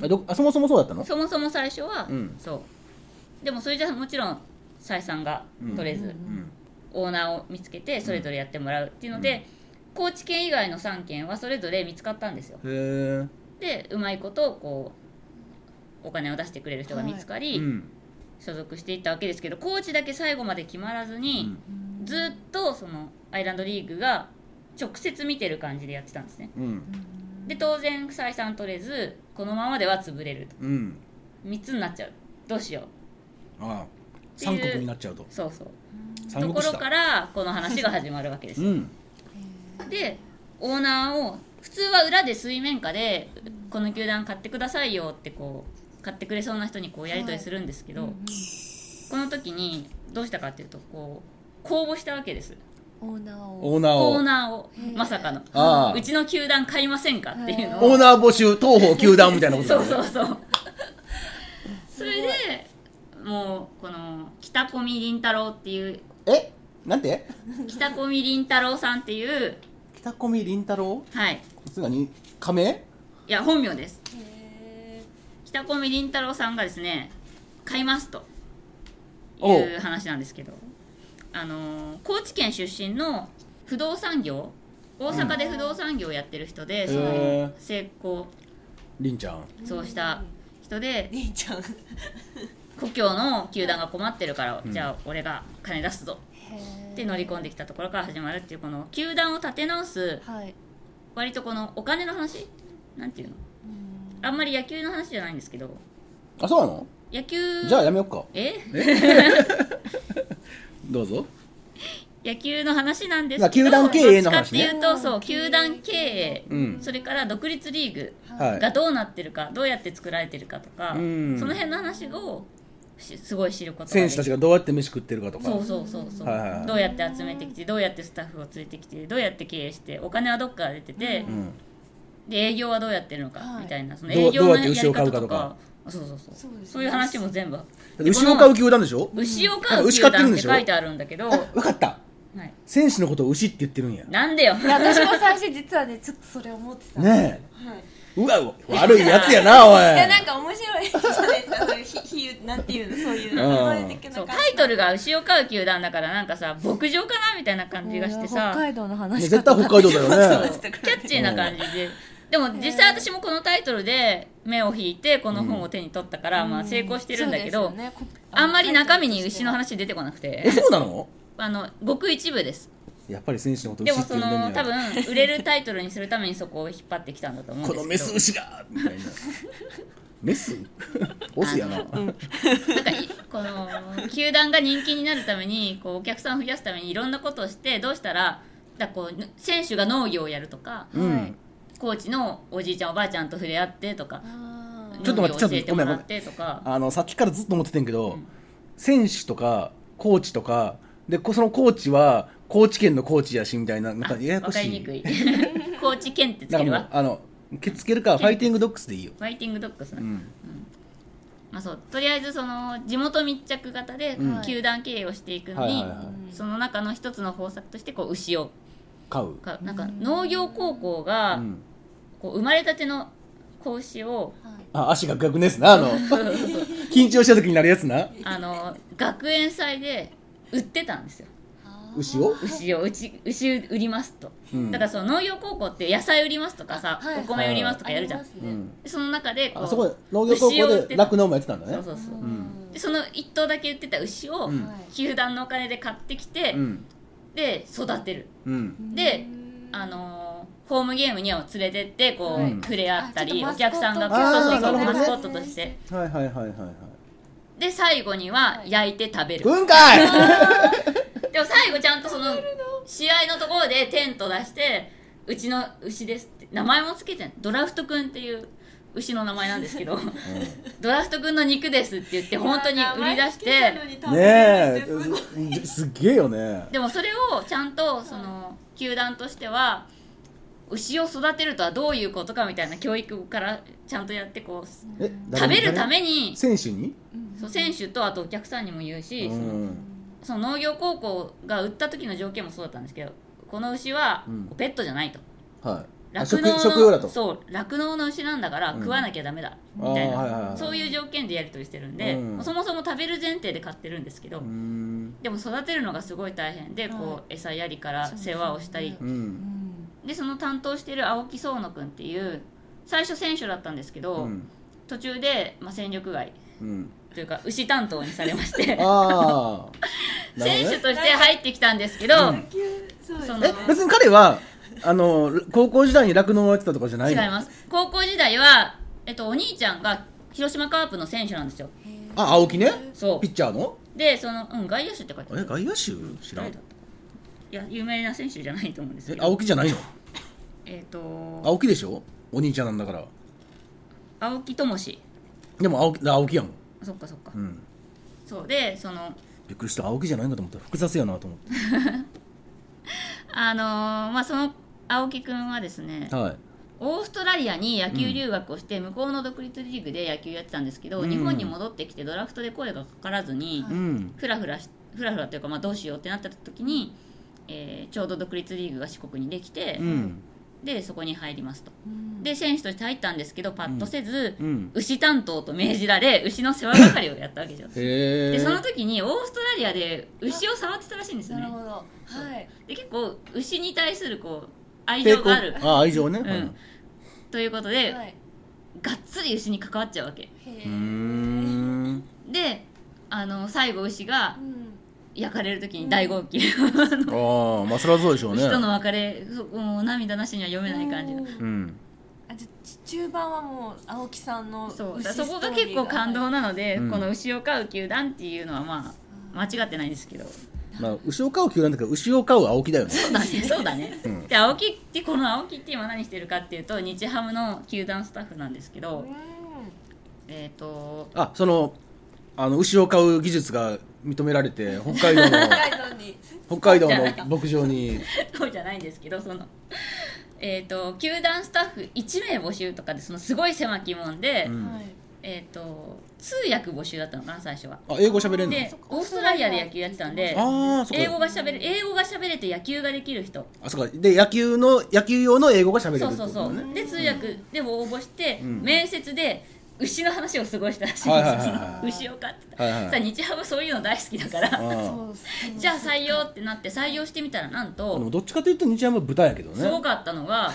Speaker 1: ん
Speaker 4: あどあそもそもそうだったの
Speaker 3: そもそも最初は、
Speaker 4: うん
Speaker 3: そうでもそれじゃもちろん採算が取れず、
Speaker 1: うん
Speaker 4: うん
Speaker 3: オーナーを見つけてそれぞれやってもらうっていうので、高知県以外の3県はそれぞれ見つかったんですよ
Speaker 4: へえ
Speaker 3: でうまいことこうお金を出してくれる人が見つかり、
Speaker 4: うん
Speaker 3: 所属していったわけですけど高知だけ最後まで決まらずに、ずっとそのアイランドリーグが直接見てる感じでやってたんですね
Speaker 4: うん
Speaker 3: で当然採算取れずこのままでは潰れると
Speaker 4: うん
Speaker 3: 3つになっちゃうどうしよう
Speaker 4: ああ三国になっちゃうと
Speaker 3: そうそう
Speaker 4: 三
Speaker 3: と
Speaker 4: 国
Speaker 3: こ
Speaker 4: 志
Speaker 3: ろ
Speaker 4: だ
Speaker 3: からこの話が始まるわけです
Speaker 4: う
Speaker 3: よ
Speaker 4: ん
Speaker 3: でオーナーを普通は裏で水面下でこの球団買ってくださいよってこう買ってくれそうな人にこうやり取りするんですけど、
Speaker 1: うん
Speaker 3: この時にどうしたかっていうとこう公募したわけです
Speaker 1: オーナーを
Speaker 4: オーナーを
Speaker 3: オーナーを
Speaker 1: へー
Speaker 3: まさかの
Speaker 4: ああ
Speaker 3: うちの球団買いませんかっていうのを
Speaker 4: オーナー募集東方球団みたいなことだ
Speaker 3: そ
Speaker 4: ね
Speaker 3: うそうそう (laughs) それでもうこの北込凛太郎っていう
Speaker 4: えなんて
Speaker 3: 北込凛太郎さんっていう
Speaker 4: 北込凛太郎
Speaker 3: はい
Speaker 4: つまり仮名
Speaker 3: いや本名です
Speaker 1: へ
Speaker 3: 北込凛太郎さんがですね買いますとい
Speaker 4: おう
Speaker 3: う話なんですけどあのー高知県出身の不動産業大阪で不動産業をやってる人で、
Speaker 4: ん
Speaker 3: そ
Speaker 4: へ
Speaker 3: の
Speaker 4: ー
Speaker 3: 成功
Speaker 4: 凛ちゃん
Speaker 3: そうした人で
Speaker 1: ーりんちゃんへ
Speaker 3: 故郷の球団が困ってるから、じゃあ俺が金出すぞって乗り込んできたところから始まるっていうこの球団を立て直す
Speaker 1: はい
Speaker 3: 割とこのお金の話なんていうの
Speaker 1: うん
Speaker 3: あんまり野球の話じゃないんですけど
Speaker 4: あそうなの
Speaker 3: 野球
Speaker 4: じゃあやめよっか
Speaker 3: え
Speaker 4: どうぞ
Speaker 3: 野球の話なんです
Speaker 4: まあ
Speaker 3: けど
Speaker 4: 球団経営の話ね
Speaker 3: どっちかっていうとそう球団経営、
Speaker 4: うん
Speaker 3: それから独立リーグ
Speaker 4: はい
Speaker 3: がどうなってるかどうやって作られてるかとか、
Speaker 4: うん
Speaker 3: その辺の話をしすごい知ることが
Speaker 4: 選
Speaker 3: で
Speaker 4: 手
Speaker 3: き
Speaker 4: たちがどうやって飯食ってるかとか
Speaker 3: そうそうそうそう、
Speaker 4: はいはいはい
Speaker 3: どうやって集めてきてどうやってスタッフを連れてきてどうやって経営してお金はどっから出てて、
Speaker 4: うん
Speaker 3: で営業はどうやってるのか
Speaker 1: はい
Speaker 3: みたいな、その
Speaker 4: どう
Speaker 3: 営業
Speaker 4: どう
Speaker 3: の
Speaker 4: やって
Speaker 3: やり
Speaker 4: 牛を
Speaker 3: 方
Speaker 4: 買
Speaker 3: と
Speaker 4: うか
Speaker 3: か
Speaker 4: とか
Speaker 3: そうそうそうそ,、
Speaker 1: そううですね
Speaker 3: いう話も全部で
Speaker 4: 牛を買う
Speaker 3: こ
Speaker 4: 球団でしょ
Speaker 3: の牛を飼う
Speaker 4: 牛
Speaker 3: 球
Speaker 4: 飼ってるん
Speaker 3: 団っ
Speaker 4: で
Speaker 3: て
Speaker 4: しょ
Speaker 3: 書いてあるんだけど、
Speaker 4: あ分かった
Speaker 3: はい
Speaker 4: 選手のことを牛って言ってるんや
Speaker 3: なんでよ
Speaker 1: いや私も最初実はねちょっとそれ思ってた
Speaker 4: ね
Speaker 1: はい
Speaker 4: えうわ悪いやつやなおい
Speaker 1: いやなんか面白いじゃないですかそういうひ比喩なんていうのそういう
Speaker 4: うん
Speaker 1: 例え的な
Speaker 3: そう
Speaker 1: 感
Speaker 3: タ
Speaker 1: じ
Speaker 3: イトルが牛を飼う球団だからなんかさ牧場かなみたいな感じがして
Speaker 1: 北
Speaker 3: さ
Speaker 1: 海道の
Speaker 4: ね
Speaker 1: 話
Speaker 4: 絶対北海道だよ
Speaker 1: そう
Speaker 4: ね
Speaker 1: です
Speaker 3: キャッチーな感じででも実際私もこのタイトルで目を引いてこの本を手に取ったから、まあ、成功してるんだけど、あんまり中身に牛の話出てこなく
Speaker 4: え
Speaker 3: て
Speaker 4: そうなの
Speaker 3: あのごく一部です
Speaker 4: やっぱり選手のことを
Speaker 3: で
Speaker 4: 牛
Speaker 3: も
Speaker 4: って
Speaker 3: そ
Speaker 4: 呼んでん
Speaker 3: の
Speaker 4: ね
Speaker 3: 多
Speaker 4: や
Speaker 3: 分売れるタイトルにするためにそこを引っ張ってきたんだと思うん
Speaker 4: こ
Speaker 3: で
Speaker 4: の
Speaker 3: す
Speaker 4: メ
Speaker 3: けど
Speaker 4: ス牛がみたいな
Speaker 3: (laughs)
Speaker 4: メスオスやな
Speaker 3: なんかいこの球団が人気になるためにこうお客さんを増やすためにいろんなことをしてどうしたらだからこう選手が農業をやるとか
Speaker 4: うん
Speaker 3: コーチのおじいちゃんおばあちゃんと触れ合ってとか
Speaker 4: ちょっと待って
Speaker 3: 農業を教えてもらってとか
Speaker 4: あのさっきからずっと思っててんけど、選手とかコーチとかでこそのコーチは高知県のコーチやしみたいななんかやや
Speaker 3: わ
Speaker 4: こ
Speaker 3: かり
Speaker 4: し
Speaker 3: にく
Speaker 4: い
Speaker 3: いコーチ兼ってつ
Speaker 4: な
Speaker 3: け
Speaker 4: んか
Speaker 3: るわ
Speaker 4: もうあのけつけるかファイティングドッグスでいいよ、
Speaker 3: ファイティングドッグスな、
Speaker 4: うん、
Speaker 3: まあ、そうとりあえずその地元密着型で
Speaker 4: うん
Speaker 3: 球団経営をしていくの
Speaker 4: はい
Speaker 3: に、
Speaker 4: はいはい
Speaker 3: その中の一つの方策としてこう牛を
Speaker 4: 買う、
Speaker 3: かなんか農業高校が
Speaker 4: うん、
Speaker 3: こう生まれたての子牛を
Speaker 4: あ足がガクですなあの緊張した時になるやつな
Speaker 3: あの学園祭で売ってたんですよ
Speaker 4: 牛を
Speaker 3: 牛をうち牛売りますと、
Speaker 4: うん
Speaker 3: だからその農業高校って野菜売りますとかさ、
Speaker 1: あはい
Speaker 3: お米売りますとかやるじゃん、
Speaker 4: うん、
Speaker 3: その中でこ
Speaker 4: あ
Speaker 3: う
Speaker 4: そこで農業高
Speaker 3: 牛を売っ
Speaker 4: 校
Speaker 3: てた
Speaker 4: で酪農もやってたんだね
Speaker 3: そうそうそう、
Speaker 4: ん
Speaker 3: でその一頭だけ売ってた牛を、
Speaker 4: うん
Speaker 3: 球団のお金で買ってきて、
Speaker 4: うん
Speaker 3: で育てる
Speaker 4: うん
Speaker 3: であのーホームゲームには連れてってこう、
Speaker 4: はい
Speaker 3: 触れ合ったり
Speaker 1: あ
Speaker 3: お
Speaker 1: ちょっ
Speaker 3: 客
Speaker 1: と
Speaker 3: さんが
Speaker 4: マスコッ
Speaker 3: そ
Speaker 4: ト
Speaker 3: うそうそう
Speaker 4: あーなるほ
Speaker 3: マ
Speaker 4: ど
Speaker 3: ス
Speaker 4: ね
Speaker 3: コットとして
Speaker 4: はいはいはいはいはい
Speaker 3: で最後には焼いて食べる、
Speaker 4: 軍かい
Speaker 3: でも最後ちゃんとその試合のところでテント出してうちの牛ですって名前もつけてんドラフトくんっていう牛の名前なんですけどドラフトくんの肉ですって言って本当に売り出して
Speaker 4: ねえすっげえよね
Speaker 3: でもそれをちゃんとその球団としては牛を育てるとはどういうことかみたいな教育からちゃんとやってこう
Speaker 4: え
Speaker 3: 食
Speaker 4: 誰
Speaker 3: べるために
Speaker 4: 選手に、
Speaker 3: そう選手とあとお客さんにも言うし、
Speaker 4: う
Speaker 3: その
Speaker 4: ん、
Speaker 3: その農業高校が売った時の条件もそうだったんですけどこの牛は
Speaker 4: うん
Speaker 3: ペットじゃないと
Speaker 4: はい。あ
Speaker 3: 酪
Speaker 4: 食
Speaker 3: 農
Speaker 4: 食用だと。
Speaker 3: のそう酪農の牛なんだから
Speaker 4: うん
Speaker 3: 食わなきゃダメだ、
Speaker 4: あー
Speaker 3: みたい
Speaker 4: はいはいは
Speaker 3: ないそういう条件でやり取りしてるんで、
Speaker 4: うん
Speaker 3: そもそも食べる前提で買ってるんですけど、
Speaker 4: うーん。
Speaker 3: でも育てるのがすごい大変で、
Speaker 1: は
Speaker 3: こう餌やりから世話をしたり
Speaker 1: そう
Speaker 4: う。
Speaker 1: でうんん
Speaker 3: でその担当してる青木聡野君っていう最初選手だったんですけ
Speaker 4: う
Speaker 3: ど、
Speaker 4: ん。
Speaker 3: 途中で、まあ、戦力外
Speaker 4: うん。
Speaker 3: というか牛担当にされまして
Speaker 4: (laughs) あ (laughs) あ。なる
Speaker 3: 選手
Speaker 4: ほどね。
Speaker 3: として入ってきたんですけど、
Speaker 4: うん
Speaker 1: 野球そうです
Speaker 3: そ
Speaker 1: ね
Speaker 3: の
Speaker 4: え、別に彼は、あの、高校時代に酪農をやってたとかじゃない
Speaker 3: 違い
Speaker 4: の
Speaker 3: ます高校時代は、えっと、お兄ちゃんが広島カープの選手なんですよ
Speaker 4: あ、青木ね。
Speaker 3: そ
Speaker 4: ピッチャーの
Speaker 3: うでその、うん、外野手って書いてあ
Speaker 4: え、
Speaker 3: る
Speaker 4: 外野手知らん
Speaker 3: 誰だ。ったいや有名な選手じゃないと思うんです
Speaker 4: え
Speaker 3: け、ど
Speaker 4: 青木じゃないの
Speaker 3: えっ、と
Speaker 4: 青木でしょお兄ちゃんなんだから。
Speaker 3: 青木智史
Speaker 4: でも青木、青木やん。
Speaker 3: そっかそっか、
Speaker 4: うん。
Speaker 3: そうでその
Speaker 4: びっくりした。青木じゃないんかと思った。複雑やなと思っ
Speaker 3: あのーまあその青木くんはですね
Speaker 4: て。はい。
Speaker 3: オーストラリアに野球留学をして、向こうの独立リーグで野球やってたんですけど、
Speaker 4: うん
Speaker 3: 日本に戻ってきてドラフトで声がかからずに、
Speaker 4: うん。
Speaker 3: ふらふらしふらふらというか、まあ、どうしようってなった時に、えーちょうど独立リーグが四国にできて、
Speaker 4: うん。
Speaker 3: でそこに入りますと
Speaker 1: うん
Speaker 3: で選手として入ったんですけどパッとせず、
Speaker 4: うん。
Speaker 3: 牛担当と命じられ牛の世話係をやったわけですよ
Speaker 4: へ
Speaker 3: で
Speaker 4: え。
Speaker 3: その時にオーストラリアで牛を触ってたらしいんですよ
Speaker 1: なる
Speaker 3: ね
Speaker 1: ほどはい
Speaker 3: で結構牛に対するこう愛情がある
Speaker 4: 抵抗あ、愛情ね。
Speaker 3: んということで、
Speaker 1: はい
Speaker 3: がっつり牛に関わっちゃうわけ
Speaker 1: へ
Speaker 4: うー
Speaker 1: え
Speaker 4: ん。
Speaker 3: であの最後牛が
Speaker 1: うん
Speaker 3: 焼かれる時に大号泣、
Speaker 4: ああ、まあそりゃそうでしょうね。
Speaker 3: 牛との別れそもう涙なしには読めない感じが
Speaker 1: うん
Speaker 4: うん。
Speaker 1: あじゃあち中盤はもう青木さんの
Speaker 3: そう
Speaker 1: 牛
Speaker 3: だからそこが
Speaker 1: ストーリ
Speaker 3: 結
Speaker 1: ー
Speaker 3: 構感動なので、
Speaker 4: うん
Speaker 3: この牛を飼う球団っていうのはまあ間違ってないんですけどそ
Speaker 4: まあ、牛を飼う球団だけど、牛を飼う青木だよね。
Speaker 3: うだね (laughs) そうだね、
Speaker 4: うん
Speaker 3: で青木ってこの青木って今何してるかっていうと日ハムの球団スタッフなんですけ
Speaker 1: う
Speaker 3: ど、
Speaker 1: ん
Speaker 3: えっ、と
Speaker 4: あ、その、あの、牛を飼う技術が認められて、北海道
Speaker 3: (laughs)
Speaker 4: の、
Speaker 1: 北海道に
Speaker 4: 北海道の牧場に、
Speaker 3: そうじゃないんですけどそのえっ、と球団スタッフ1名募集とかでそのすごい狭き門で、
Speaker 4: うん
Speaker 1: はい
Speaker 3: えっ、と通訳募集だったのかな最初は
Speaker 4: あ、英語喋れんの
Speaker 3: でオーストラリアで野球やってたんで
Speaker 4: ああ、そっ
Speaker 3: 英語
Speaker 4: か。
Speaker 3: がしゃべれ英語がしゃべれて野球ができる人
Speaker 4: あ、そっか。で、野球の、野球用の英語が喋れる
Speaker 3: そう
Speaker 4: って
Speaker 3: そ
Speaker 4: こ
Speaker 3: う
Speaker 4: と
Speaker 3: そう、
Speaker 4: ね。
Speaker 3: で通訳でも応募して、
Speaker 4: うん
Speaker 3: 面接で牛の話をすごいしたらしいん
Speaker 4: は
Speaker 3: で
Speaker 4: い
Speaker 3: す
Speaker 4: はい
Speaker 3: よそ
Speaker 4: はいはい
Speaker 3: の牛を飼ってた、
Speaker 4: はいは
Speaker 3: ただ
Speaker 4: い。
Speaker 3: 日ハムそういうの大好きだから
Speaker 4: あ
Speaker 1: そうそう
Speaker 3: じゃあ採用ってなって採用してみたらなん
Speaker 4: あでも
Speaker 3: と
Speaker 4: どっちかというと日ハムは豚やけど
Speaker 3: すご
Speaker 4: ね。
Speaker 3: かったのが、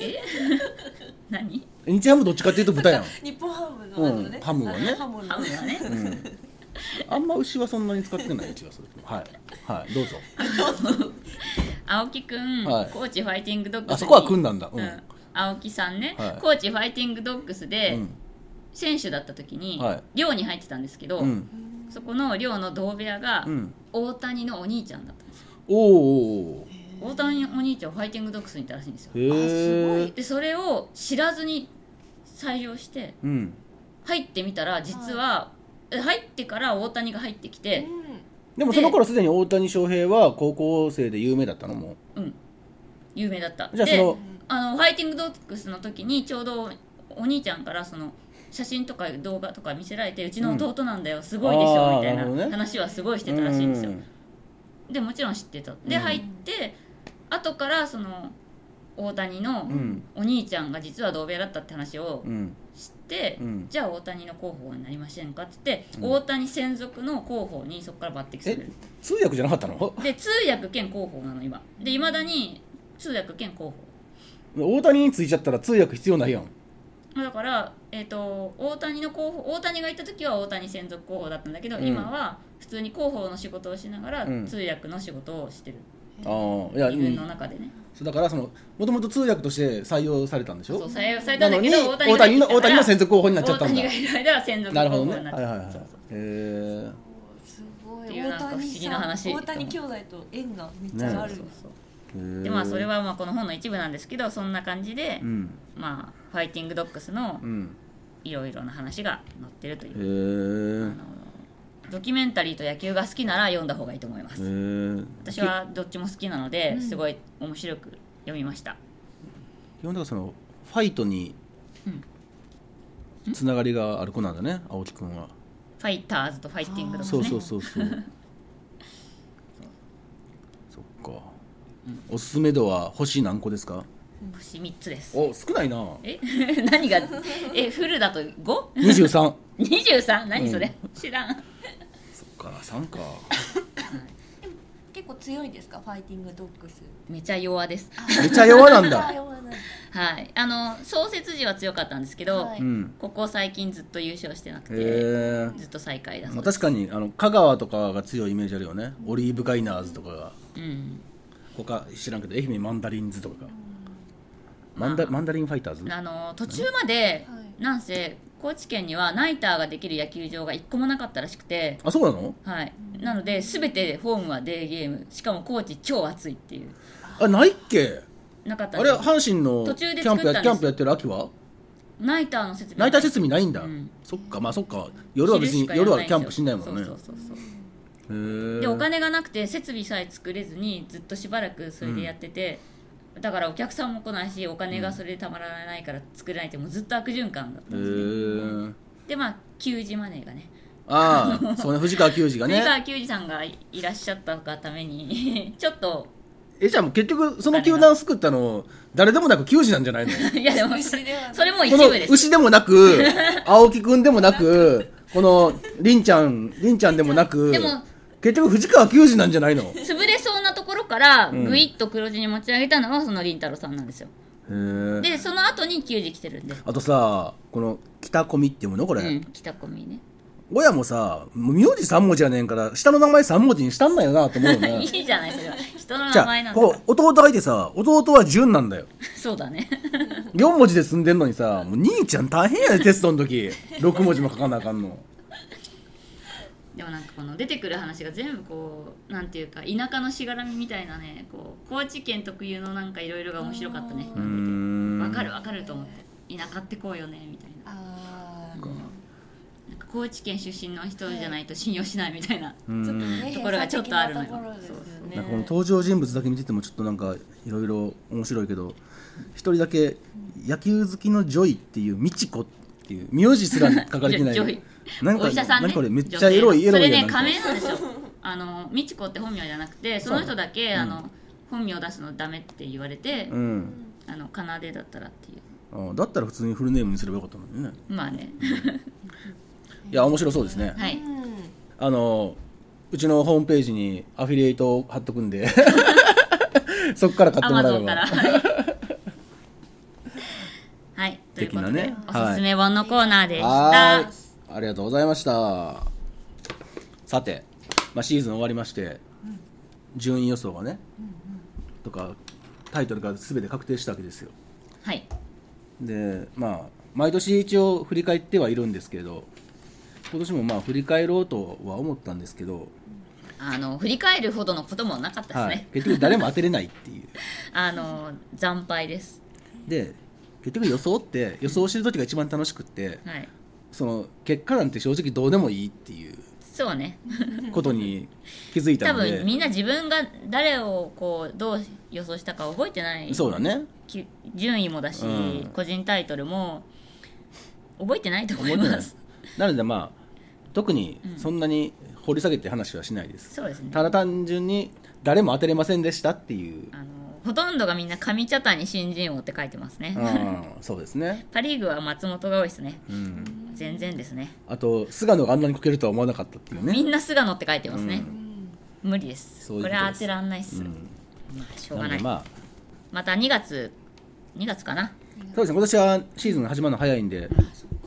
Speaker 3: え (laughs) 何
Speaker 4: 日ハムどっちかというと豚やん。
Speaker 1: 日本ハムのあのね、
Speaker 4: うんハムをね
Speaker 1: あハムの
Speaker 3: ハムは
Speaker 4: (laughs)
Speaker 3: ね
Speaker 4: うん。あんま牛はそんなに使ってない気がするけど。はい。はい。どうぞ。
Speaker 3: 青木くん、
Speaker 4: はい
Speaker 3: コーチファイティングドッグスに
Speaker 4: あそこは組んだんだうん
Speaker 3: 青木さんね、
Speaker 4: はい
Speaker 3: コーチファイティングドッグスで
Speaker 4: うん。
Speaker 3: 選手だった時に、
Speaker 4: はい
Speaker 3: 寮に入ってたんですけど、
Speaker 4: うん。
Speaker 3: そこの寮の同部屋が、
Speaker 4: うん。
Speaker 3: 大谷のお兄ちゃんだったんですよ
Speaker 4: おーおーお
Speaker 3: 大谷のお兄ちゃんをファイティングドッグスにいたらしいんですよ
Speaker 4: ー。へえ。
Speaker 3: でそれを知らずに採用して
Speaker 4: うん。
Speaker 3: 入ってみたら実は、え入ってから大谷が入ってきて、
Speaker 4: でもその頃すでに大谷翔平は高校生で有名だったのも
Speaker 3: うん、有名だった
Speaker 4: うじゃあそ
Speaker 3: で
Speaker 4: の
Speaker 3: あのファイティングドッグスの時にちょうどお兄ちゃんからその写真とか動画とか見せられてうちの弟なんだよ、すごいでし
Speaker 4: あー
Speaker 3: ょみたい
Speaker 4: なるほど
Speaker 3: な
Speaker 4: ね
Speaker 3: 話はすごいしてたらしいんですよ、
Speaker 4: うん
Speaker 3: でもちろん知ってた
Speaker 4: う
Speaker 3: で
Speaker 4: ん
Speaker 3: 入って後からその大谷の
Speaker 4: うん
Speaker 3: お兄ちゃんが実は同部屋だったって話を
Speaker 4: うん
Speaker 3: 知って、
Speaker 4: うん
Speaker 3: じゃあ大谷の候補になりませんかって言って、大谷専属の候補にそこから抜擢され
Speaker 4: え
Speaker 3: る
Speaker 4: 通訳じゃなかったの (laughs)
Speaker 3: で通訳兼候補なの今でいまだに通訳兼候補
Speaker 4: 大谷についちゃったら通訳必要ないやん
Speaker 3: まあだから、えー、と大谷の候補大谷がいた時は大谷専属候補だったんだけど、
Speaker 4: うん
Speaker 3: 今は普通に広報の仕事をしながら
Speaker 4: うん
Speaker 3: 通訳の仕事をしてる、
Speaker 4: ああいや、う
Speaker 3: 自分の
Speaker 4: ん、
Speaker 3: 中でね、
Speaker 4: そうだからそのもともと通訳として採用されたんでしょ
Speaker 3: そう採用された
Speaker 4: な
Speaker 3: だ
Speaker 4: んの
Speaker 3: け
Speaker 4: に
Speaker 3: ど
Speaker 4: 大谷の大谷の
Speaker 3: 属
Speaker 4: 専属候補
Speaker 3: に
Speaker 4: になっちゃったんだ
Speaker 3: 大谷がいる間は専属
Speaker 4: なるほ
Speaker 3: 候
Speaker 4: ど
Speaker 3: 補
Speaker 4: ねは
Speaker 3: になっ
Speaker 4: いはい
Speaker 3: ちゃ
Speaker 4: は
Speaker 3: っ
Speaker 4: い
Speaker 3: た
Speaker 4: へ
Speaker 3: そうそう
Speaker 4: え
Speaker 1: すご
Speaker 3: って
Speaker 1: い
Speaker 3: いうなん
Speaker 1: 大
Speaker 3: か不思
Speaker 1: 谷
Speaker 3: 議な
Speaker 1: さん
Speaker 3: 話
Speaker 1: 大谷兄弟と縁がめっちゃある、
Speaker 3: そうそう
Speaker 4: へ
Speaker 3: そう
Speaker 4: ー
Speaker 3: でまあそれはまあこの本の一部なんですけどそんな感じで、
Speaker 4: うん
Speaker 3: まあファイティングドッグスの
Speaker 4: うん
Speaker 3: いろいろな話が載ってるとい
Speaker 4: へ
Speaker 3: う、
Speaker 4: え
Speaker 3: あのドキュメンタリーと野球が好きなら読んだ方がいいと思います、
Speaker 4: へえ
Speaker 3: 私はどっちも好きなので、すごい面白く読みました
Speaker 4: 基本的にはそのファイトにつながりがある子なんだね青木くんは
Speaker 3: ファイターズとファイテ (laughs) ィングとかね
Speaker 4: そうそうそうそうそっかおすすめ度は星何個ですか
Speaker 3: 星3つです
Speaker 4: お少ない (laughs) な
Speaker 3: え (laughs) 何がえフルだと 5?23
Speaker 4: 23そ
Speaker 3: 何それ、知らん
Speaker 4: っか3か
Speaker 1: 結構強いですかファイティングドッグス
Speaker 3: めちゃ弱です
Speaker 4: めちゃ弱な
Speaker 3: (laughs)
Speaker 4: んだ
Speaker 1: あ弱なんだ
Speaker 3: はいあの創設時は強かったんですけど、
Speaker 1: は
Speaker 4: う
Speaker 1: い
Speaker 4: ん
Speaker 3: ここ最近ずっと優勝してなく
Speaker 4: へ
Speaker 3: て
Speaker 4: え
Speaker 3: ずっと最下位だそ
Speaker 4: まあ、
Speaker 3: うです、
Speaker 4: 確かにあの香川とかが強いイメージあるよねオリーブガイナーズとかが
Speaker 3: うん
Speaker 4: 他知らんけど愛媛マンダリンズとかがマンダマンダリンファイターズ
Speaker 3: あの途中まで、
Speaker 1: はい
Speaker 3: なんせ高知県にはナイターができる野球場が1個もなかったらしくて
Speaker 4: あそうなの
Speaker 3: はいなので全てホームはデーゲームしかも高知超暑いっていう
Speaker 4: あないっけ
Speaker 3: なかった
Speaker 4: あ
Speaker 3: ん
Speaker 4: れ
Speaker 3: で
Speaker 4: 阪神の
Speaker 3: 途中で
Speaker 4: キャンプ
Speaker 3: 作ったんで
Speaker 4: やキ
Speaker 3: す
Speaker 4: ャンプやってる秋は
Speaker 3: ナイターの設備
Speaker 4: ナイター設備ないんだ、
Speaker 3: うん
Speaker 4: そっかまあそっか夜は別に夜はキャンプしないもんねへ
Speaker 3: そうそうそうそう
Speaker 4: え
Speaker 3: でお金がなくて設備さえ作れずにずっとしばらくそれでやってて、だからお客さんも来ないしお金がそれでたまらないから作れないってもうずっと悪循環だったん
Speaker 4: へ
Speaker 3: ですね、
Speaker 4: え
Speaker 3: でまあ給仕マネーがね
Speaker 4: ああそうね藤川球児
Speaker 3: (laughs)
Speaker 4: が
Speaker 3: 藤
Speaker 4: ね
Speaker 3: 川球児さんがいらっしゃったがために (laughs) ちょっと
Speaker 4: えじゃあもう結局その球団作ったの誰でもなく球児なんじゃないの
Speaker 3: いやでもそ
Speaker 1: 牛ではない
Speaker 3: れそれも一
Speaker 4: この
Speaker 3: 部です
Speaker 4: 牛でも
Speaker 3: (laughs)
Speaker 4: なく青木くんでもなくこの凛ちゃん凛ちゃんでもなく
Speaker 3: でも
Speaker 4: 結局藤川球児なんじゃないのへ
Speaker 3: 潰れそうなところから
Speaker 4: ん
Speaker 3: ぐいっと黒字に持ち上げたのはその凛太郎さんなんですよ
Speaker 4: え
Speaker 3: でその後に球児来てるんで
Speaker 4: あとさこの北込みっていうものこれ、
Speaker 3: うん北込みね
Speaker 4: 親もさもう名字3文字やねんから下の名前3文字にしたんだよなと思うよ
Speaker 3: (laughs) い
Speaker 4: ね
Speaker 3: いじゃないそれは人の
Speaker 4: じ
Speaker 3: 名前
Speaker 4: ゃ
Speaker 3: な
Speaker 4: あ
Speaker 3: んだ
Speaker 4: こ
Speaker 3: か
Speaker 4: う弟がいてさ弟は純なん
Speaker 3: (laughs)
Speaker 4: だよ
Speaker 3: らそうだね
Speaker 4: 4文字で済んでんのにさもう兄ちゃん大変やでテストの時6文字も書かなあかんの
Speaker 3: でもなんかこの出てくる話が全部こうなんていうか田舎のしがらみみたいなねこう高知県特有のなんかいろいろが面白かったね
Speaker 4: うーん
Speaker 3: わかるわかると思って田舎ってこうよねみたいな
Speaker 1: あー
Speaker 3: なんか高知県出身の人じゃないと信用しないみたいな、
Speaker 4: うーん
Speaker 1: ちょっとね
Speaker 3: ところがちょっとあるのよ
Speaker 1: 閉鎖的なところですよね
Speaker 4: なんかこの登場人物だけ見ててもちょっとなんかいろいろ面白いけど一人だけ野球好きのジョイっていう美智子っていう名字すら書かれてな
Speaker 3: (laughs)
Speaker 4: い
Speaker 3: ジョイ
Speaker 4: なんか
Speaker 3: お医者さんね
Speaker 4: 何これめっちゃエロいエ
Speaker 3: 女性の
Speaker 4: ロ
Speaker 3: そ
Speaker 4: い
Speaker 3: れ
Speaker 4: や
Speaker 3: ね
Speaker 4: んなんか
Speaker 3: 仮名なんですよあの美智子って本名じゃなくてその人だけ、あの本名出すのダメって言われて、
Speaker 4: うん
Speaker 3: あの奏でだったらっていう
Speaker 4: あだったら普通にフルネームにすればよかったのにね
Speaker 3: まあね
Speaker 4: いや面白そうですね、
Speaker 3: (laughs) は
Speaker 1: う
Speaker 3: い
Speaker 1: ん
Speaker 4: あのうちのホームページにアフィリエイトを貼っとく
Speaker 3: (laughs)
Speaker 4: んでそっから買っ
Speaker 3: ア
Speaker 4: ても
Speaker 3: マ
Speaker 4: ら
Speaker 3: ゾ
Speaker 4: え
Speaker 3: ン
Speaker 4: ば
Speaker 3: からはいということで、
Speaker 4: (laughs) 的なね
Speaker 3: おすすめ本のコーナーでした、
Speaker 4: はーいありがとうございましたさて、まあ、シーズン終わりまして、順位予想がね、とかタイトルが全て確定したわけですよ
Speaker 3: はい
Speaker 4: でまあ毎年一応振り返ってはいるんですけど今年もまあ振り返ろうとは思ったんですけど、
Speaker 3: あの振り返るほどのこともなかったです
Speaker 4: は
Speaker 3: ね、
Speaker 4: い、結局誰も当てれないっていう
Speaker 3: あの惨敗です
Speaker 4: で結局予想って予想してる時が一番楽しくって
Speaker 3: はい
Speaker 4: その結果なんて正直どうでもいいっていう
Speaker 3: そうね
Speaker 4: ことに気づいた
Speaker 3: 多
Speaker 4: ので
Speaker 3: 分みんな自分が誰をこうどう予想したか覚えてない
Speaker 4: そう
Speaker 3: (laughs)
Speaker 4: だね
Speaker 3: き順位もだし、
Speaker 4: うん
Speaker 3: 個人タイトルも覚えてないと思
Speaker 4: 思っ
Speaker 3: い
Speaker 4: てない
Speaker 3: ま
Speaker 4: ですすなのでまあ特にそんなに掘り下げて話はしないです、
Speaker 3: そうですね
Speaker 4: ただ単純に誰も当てれませんでしたっていう、
Speaker 3: あのほとんどがみんな上茶谷新人王って書いてますね、
Speaker 4: うん、そうですね、
Speaker 3: パ・リーグは松本が多いですね
Speaker 4: うん、
Speaker 3: 全然ですね
Speaker 4: あと菅野があんなにこけるとは思わなかったっていうね
Speaker 3: みんな菅野って書いてますね、無理です
Speaker 4: そういう
Speaker 3: こ
Speaker 4: こと
Speaker 3: れは
Speaker 4: です
Speaker 3: 当てらんないっす、
Speaker 4: うん
Speaker 3: まあしょうが
Speaker 4: なの
Speaker 3: な
Speaker 4: で
Speaker 3: い、
Speaker 4: まあ
Speaker 3: また2月2月かな、
Speaker 4: そうですね今年はシーズン始まるの早いんで、うん